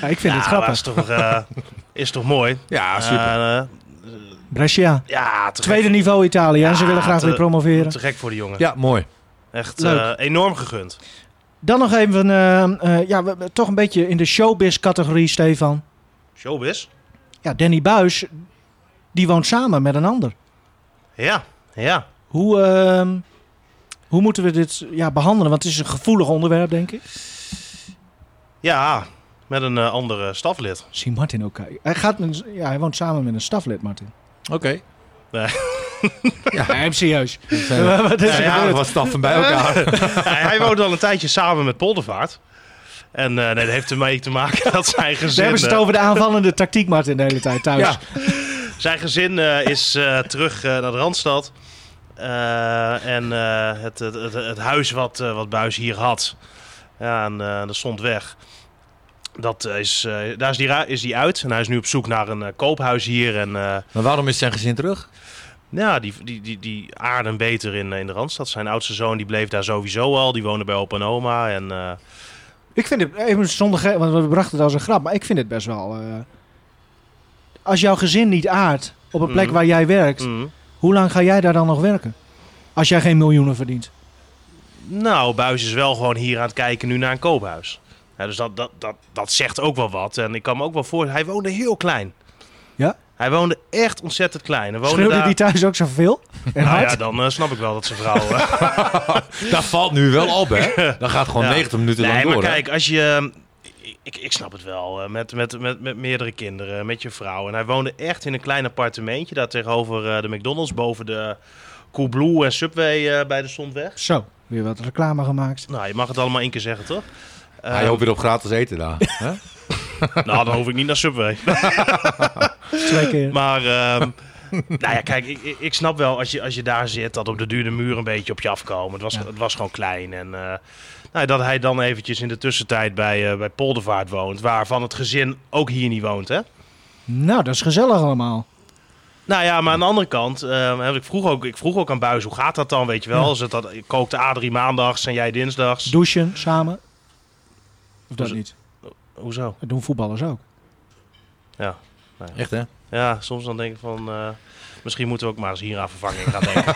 Speaker 3: ja,
Speaker 2: het
Speaker 3: maar
Speaker 2: grappig.
Speaker 3: Is toch, eh, is toch mooi?
Speaker 4: Ja,
Speaker 3: Eh, eh,
Speaker 2: Brescia,
Speaker 3: ja, te
Speaker 2: tweede niveau Italië. en ze
Speaker 3: Ja,
Speaker 2: willen graag
Speaker 3: te-
Speaker 2: weer promoveren.
Speaker 3: gek, te gek voor de jongen.
Speaker 4: ja, mooi.
Speaker 3: Echt
Speaker 2: Leuk.
Speaker 3: eh, enorm gegund.
Speaker 2: Dan nog even, eh, eh, ja, we- we- toch een beetje in de showbiz-categorie, Stefan.
Speaker 3: Showbiz.
Speaker 2: Ja, Danny Buis, die woont samen met een ander.
Speaker 3: Ja, ja.
Speaker 2: Hoe, ehm, hoe moeten we dit ja, behandelen? Want het is een gevoelig onderwerp, denk ik.
Speaker 3: Ja, met een eh, andere staflid.
Speaker 2: Zie Martin ook kijken. Hij, gaat met, ja, hij woont samen met een staflid, Martin.
Speaker 4: Oké.
Speaker 2: Ja, hem serieus.
Speaker 4: Zijn
Speaker 2: Wat is er
Speaker 3: ja,
Speaker 2: gebeurd?
Speaker 4: wat staffen bij elkaar.
Speaker 3: hij, hij woonde al een tijdje samen met Poldervaart. En eh, nee, dat heeft ermee te maken dat zijn
Speaker 2: Ze
Speaker 3: gezin...
Speaker 2: hebben ze het
Speaker 3: eh,
Speaker 2: over de aanvallende tactiek, Martin, de hele tijd thuis.
Speaker 4: Ja.
Speaker 3: Zijn gezin eh, is eh, terug eh, naar de Randstad. Eh, en eh, het, het, het, het huis wat, eh, wat Buis hier had, ja, en, eh, dat stond weg. Dat is, eh, daar is die, ra- is die uit en hij is nu op zoek naar een eh, koophuis hier. En eh,
Speaker 4: Maar waarom is zijn gezin terug?
Speaker 3: ja, die, die, die, die aarden beter in, in de Randstad. Zijn oudste zoon die bleef daar sowieso al. Die woonde bij opa en oma. En, eh,
Speaker 2: Ik vind het, even zonder ge- want we brachten het als een grap, maar ik vind het best wel... eh, als jouw gezin niet aardt op een plek
Speaker 3: Mhm.
Speaker 2: waar jij werkt,
Speaker 3: mm.
Speaker 2: hoe lang ga jij daar dan nog werken? Als jij geen miljoenen verdient.
Speaker 3: Nou, Buis is wel gewoon hier aan het kijken nu naar een koophuis. Ja, dus dat, dat, dat, dat zegt ook wel wat. En ik kan me ook wel voor. Hij woonde heel klein.
Speaker 2: Ja?
Speaker 3: Hij woonde echt ontzettend klein. Hij woonde
Speaker 2: Schreeuwde
Speaker 3: daar...
Speaker 2: die thuis ook zoveel? En
Speaker 3: Nou
Speaker 2: hard?
Speaker 3: ja, dan eh, snap ik wel dat ze vrouw. eh,
Speaker 4: Dat valt nu wel al bij. Dat gaat gewoon
Speaker 3: Ja.
Speaker 4: 90 minuten
Speaker 3: nee,
Speaker 4: lang
Speaker 3: maar
Speaker 4: door. hè?
Speaker 3: kijk, als je. eh, Ik, ik snap het wel. eh, Met, met, met, met meerdere kinderen, met je vrouw. En hij woonde echt in een klein appartementje. Daar tegenover eh, de McDonald's. Boven de Coolblue en Subway eh, bij de Zondweg.
Speaker 2: Zo, weer wat reclame gemaakt.
Speaker 3: Nou, je mag het allemaal één keer zeggen, toch?
Speaker 4: Hij
Speaker 3: Eh,
Speaker 4: hoopt weer op gratis eten daar. hè?
Speaker 3: nou, dan hoef ik niet naar Subway.
Speaker 2: Twee keer.
Speaker 3: Maar, ehm, nou ja, kijk, ik, ik- ik snap wel als je, als je daar zit dat op de duurde muur een beetje op je afkomen. Het was,
Speaker 2: Ja.
Speaker 3: het was gewoon klein. En eh, nou, ja, dat hij dan eventjes in de tussentijd bij, eh, bij Poldervaart woont, waarvan het gezin ook hier niet woont, hè?
Speaker 2: Nou, dat is gezellig allemaal.
Speaker 3: Nou ja, maar aan de andere kant, eh, ik, vroeg ook, ik vroeg ook aan Buis, hoe gaat dat dan, weet je wel? Is het dat, kookt A3 maandags en jij dinsdags?
Speaker 2: Douchen samen. Of dat
Speaker 3: Dus-
Speaker 2: niet?
Speaker 3: Hoezo?
Speaker 2: Dat doen voetballers ook.
Speaker 3: Ja.
Speaker 4: Echt hè?
Speaker 3: ja, soms dan denk ik van, eh, misschien moeten we ook maar eens hier aan vervanging gaan denken.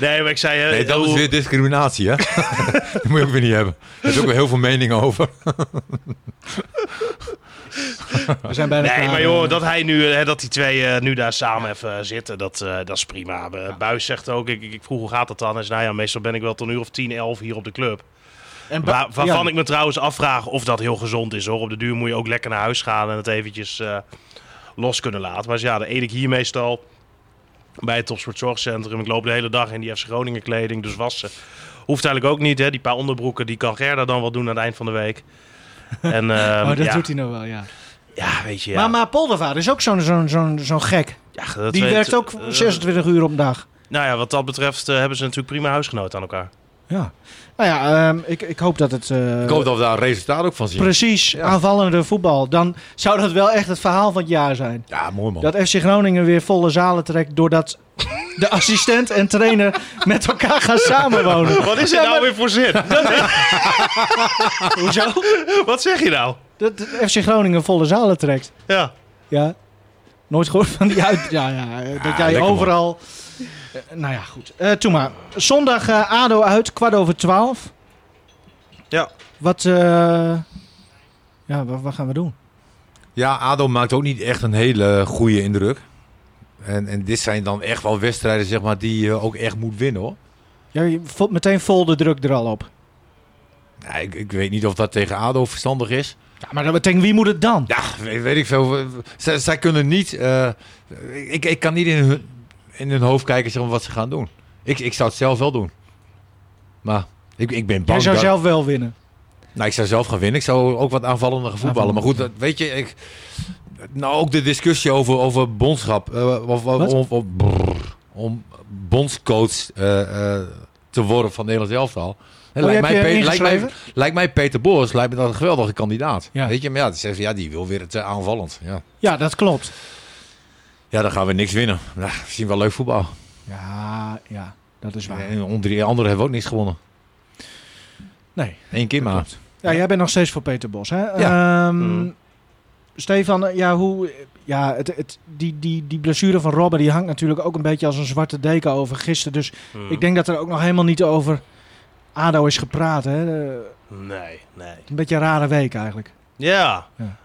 Speaker 3: nee, maar ik zei... eh,
Speaker 4: Nee, dat is
Speaker 3: hoe-
Speaker 4: weer discriminatie hè? dat moet je ook weer niet hebben. Er is ook weer heel veel meningen over.
Speaker 2: We zijn bijna
Speaker 3: Nee,
Speaker 2: klaar,
Speaker 3: maar joh,
Speaker 2: eh.
Speaker 3: dat, hij nu, eh, dat die twee eh, nu daar samen even zitten, dat, eh, dat is prima. Eh, Buis zegt ook, ik, ik vroeg hoe gaat dat dan? Hij zei, nou ja, meestal ben ik wel tot een uur of 10, 11 hier op de club.
Speaker 2: En
Speaker 3: Waar- waarvan
Speaker 2: ja.
Speaker 3: ik me trouwens afvraag of dat heel gezond is hoor. Op de duur moet je ook lekker naar huis gaan en het eventjes eh, los kunnen laten. Maar ja, dan eet ik hier meestal bij het Topsport Zorgcentrum. Ik loop de hele dag in die FC Groningen kleding, dus wassen. Hoeft eigenlijk ook niet, hè. Die paar onderbroeken, die kan Gerda dan wel doen aan het eind van de week. En, ehm,
Speaker 2: Oh, dat
Speaker 3: ja,
Speaker 2: doet hij nou wel, ja.
Speaker 3: ja, weet je. Ja.
Speaker 2: Maar, maar Poldervaart is ook zo'n zo'n zo'n zo'n gek.
Speaker 3: Ja, dat
Speaker 2: Die
Speaker 3: weet-
Speaker 2: werkt ook
Speaker 3: eh,
Speaker 2: 26 uur op een dag.
Speaker 3: Nou ja, wat dat betreft eh, hebben ze natuurlijk prima huisgenoten aan elkaar.
Speaker 2: Ja. Nou ja, ehm, ik, ik hoop dat het... eh,
Speaker 4: Ik hoop dat we daar resultaat ook van zien.
Speaker 2: Precies, aanvallende voetbal. Dan zou dat wel echt het verhaal van het jaar zijn.
Speaker 4: Ja, mooi man.
Speaker 2: Oh. Dat FC Groningen weer volle zalen trekt doordat de assistent en trainer met elkaar gaan samenwonen.
Speaker 3: Wat is er
Speaker 2: Ja,
Speaker 3: nou
Speaker 2: maar-
Speaker 3: weer voor zin?
Speaker 2: Hoezo?
Speaker 3: wat zeg je nou?
Speaker 2: Dat de FC Groningen volle zalen trekt.
Speaker 3: Ja.
Speaker 2: Ja. Nooit gehoord van die uit... Ja, ja, eh, dat jij
Speaker 4: lekker, man.
Speaker 2: overal... Eh, nou ja, goed. Eh Toen maar. Zondag eh, ADO uit, kwart over twaalf.
Speaker 3: Ja.
Speaker 2: Wat, eh, ja, wat, wat gaan we doen?
Speaker 4: Ja, ADO maakt ook niet echt een hele goede indruk. En, en dit zijn dan echt wel wedstrijden zeg maar, die je ook echt moet winnen hoor.
Speaker 2: Ja, je voelt meteen vol de druk er al op.
Speaker 4: Nou, ik, ik weet niet of dat tegen ADO verstandig is.
Speaker 2: Ja, maar dat betekent, wie moet het dan?
Speaker 4: Ja, weet, weet ik veel. Zij, zij kunnen niet... eh, ik, ik kan niet in hun, in hun hoofd kijken zeg maar, wat ze gaan doen. Ik, ik zou het zelf wel doen. Maar ik, ik ben
Speaker 2: Jij
Speaker 4: bang
Speaker 2: zou
Speaker 4: dat-
Speaker 2: zelf wel winnen.
Speaker 4: Nou, ik zou zelf gaan winnen. Ik zou ook wat aanvallender gaan voetballen. Maar goed, dat, weet je, ik, nou ook de discussie over, over bondschap. eh, of, of-
Speaker 2: Wat?
Speaker 4: of- of- brrr, om bondscoach eh, eh, te worden van Nederland elftal. Hè,
Speaker 2: Oh,
Speaker 4: lijkt,
Speaker 2: heb
Speaker 4: mij
Speaker 2: je
Speaker 4: Pe- lijkt, mij,
Speaker 2: ingeschreven?
Speaker 4: lijkt mij Peter Boris lijkt me dat een geweldige kandidaat.
Speaker 2: Ja.
Speaker 4: Weet je, maar ja, ze zeggen, ja, die wil weer te aanvallend. Ja.
Speaker 2: Ja, dat klopt.
Speaker 4: ja, dan gaan we niks winnen. Nou, we zien wel leuk voetbal.
Speaker 2: Ja, ja, dat is waar.
Speaker 4: En onder die anderen hebben we ook niks gewonnen.
Speaker 2: Nee.
Speaker 4: Eén keer maar.
Speaker 2: Ja, jij bent nog steeds voor Peter Bos, hè? Ehm,
Speaker 3: Mm.
Speaker 2: Stefan, eh, ja, hoe, ja het, het, die, die, die blessure van Robben die hangt natuurlijk ook een beetje als een zwarte deken over gisteren. Dus
Speaker 3: Hmm.
Speaker 2: ik denk dat er ook nog helemaal niet over ADO is gepraat, hè? Eh,
Speaker 3: Nee, nee.
Speaker 2: Een beetje een rare week eigenlijk.
Speaker 3: Ja.
Speaker 2: Ja.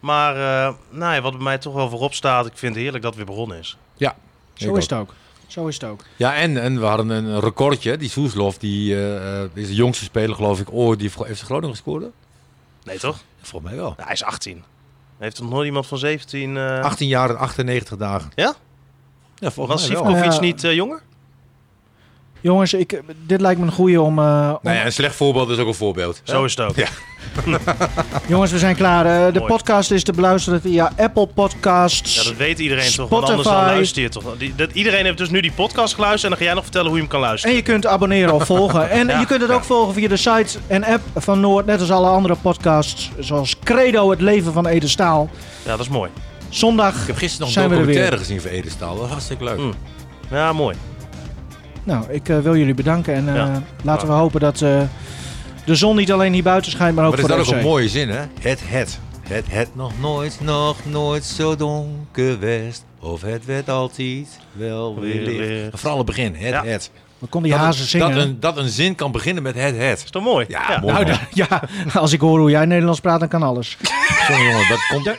Speaker 3: Maar eh, nou ja, wat bij mij toch wel voorop staat, ik vind het heerlijk dat het weer begonnen is.
Speaker 2: Zo
Speaker 4: Ik
Speaker 2: is het ook. Zo is het ook.
Speaker 4: Ja, en, en we hadden een recordje. Die Soeslof, die eh, eh, is de jongste speler, geloof ik, ooit die voor FC Groningen gescoorde.
Speaker 3: Nee toch?
Speaker 4: Volgens mij wel.
Speaker 3: Nou, hij is 18. Heeft er nog nooit iemand van 17? eh
Speaker 4: 18 jaar en 98 dagen.
Speaker 3: Ja?
Speaker 4: Ja, volgens
Speaker 3: was
Speaker 4: mij wel.
Speaker 3: Sivkovic
Speaker 2: Ja.
Speaker 3: niet eh, jonger?
Speaker 2: Jongens, ik, eh, dit lijkt me een goeie om... eh, om-
Speaker 4: Nou ja, een slecht voorbeeld is ook een voorbeeld.
Speaker 3: Zo is het ook.
Speaker 4: Ja.
Speaker 2: Jongens, we zijn klaar. Eh, de
Speaker 3: Mooi.
Speaker 2: podcast is te beluisteren via Apple Podcasts.
Speaker 3: Ja, dat weet iedereen toch, want anders dan
Speaker 2: Spotify.
Speaker 3: luister je toch. Die, dat, iedereen heeft dus nu die podcast geluisterd en dan ga jij nog vertellen hoe je hem kan luisteren.
Speaker 2: En je kunt abonneren of volgen. En
Speaker 3: Ja.
Speaker 2: je kunt het ook volgen via de site en app van Noord. Net als alle andere podcasts. Zoals Credo, het leven van Ede Staal.
Speaker 3: Ja, dat is mooi.
Speaker 2: Zondag.
Speaker 4: Ik heb gisteren nog
Speaker 2: Zijn
Speaker 4: een
Speaker 2: we er
Speaker 4: documentaire
Speaker 2: weer.
Speaker 4: gezien van Edestaal. Dat was hartstikke leuk.
Speaker 3: Mm. Ja, mooi.
Speaker 2: Nou, ik eh, wil jullie bedanken. En eh,
Speaker 3: Ja.
Speaker 2: laten we hopen dat eh, de zon niet alleen hier buiten schijnt, maar ook
Speaker 4: Maar dat is
Speaker 2: voor
Speaker 4: dan
Speaker 2: de
Speaker 4: ook een
Speaker 2: FC.
Speaker 4: mooie zin, hè? Het, het. Het, het. Nog nooit, nog nooit zo donker west. Of het werd altijd wel weer
Speaker 3: Weer
Speaker 4: licht.
Speaker 3: licht.
Speaker 4: Maar Vooral het begin. Het,
Speaker 3: Ja.
Speaker 4: het.
Speaker 2: We konden die
Speaker 4: Dat-
Speaker 2: hazen zingen.
Speaker 4: Dat een, dat een zin kan beginnen met het, het.
Speaker 3: Is toch mooi?
Speaker 4: Ja, mooi.
Speaker 2: Nou,
Speaker 4: man.
Speaker 2: da- ja, als ik hoor hoe jij Nederlands praat, dan kan alles.
Speaker 4: Sorry, jongen, dat komt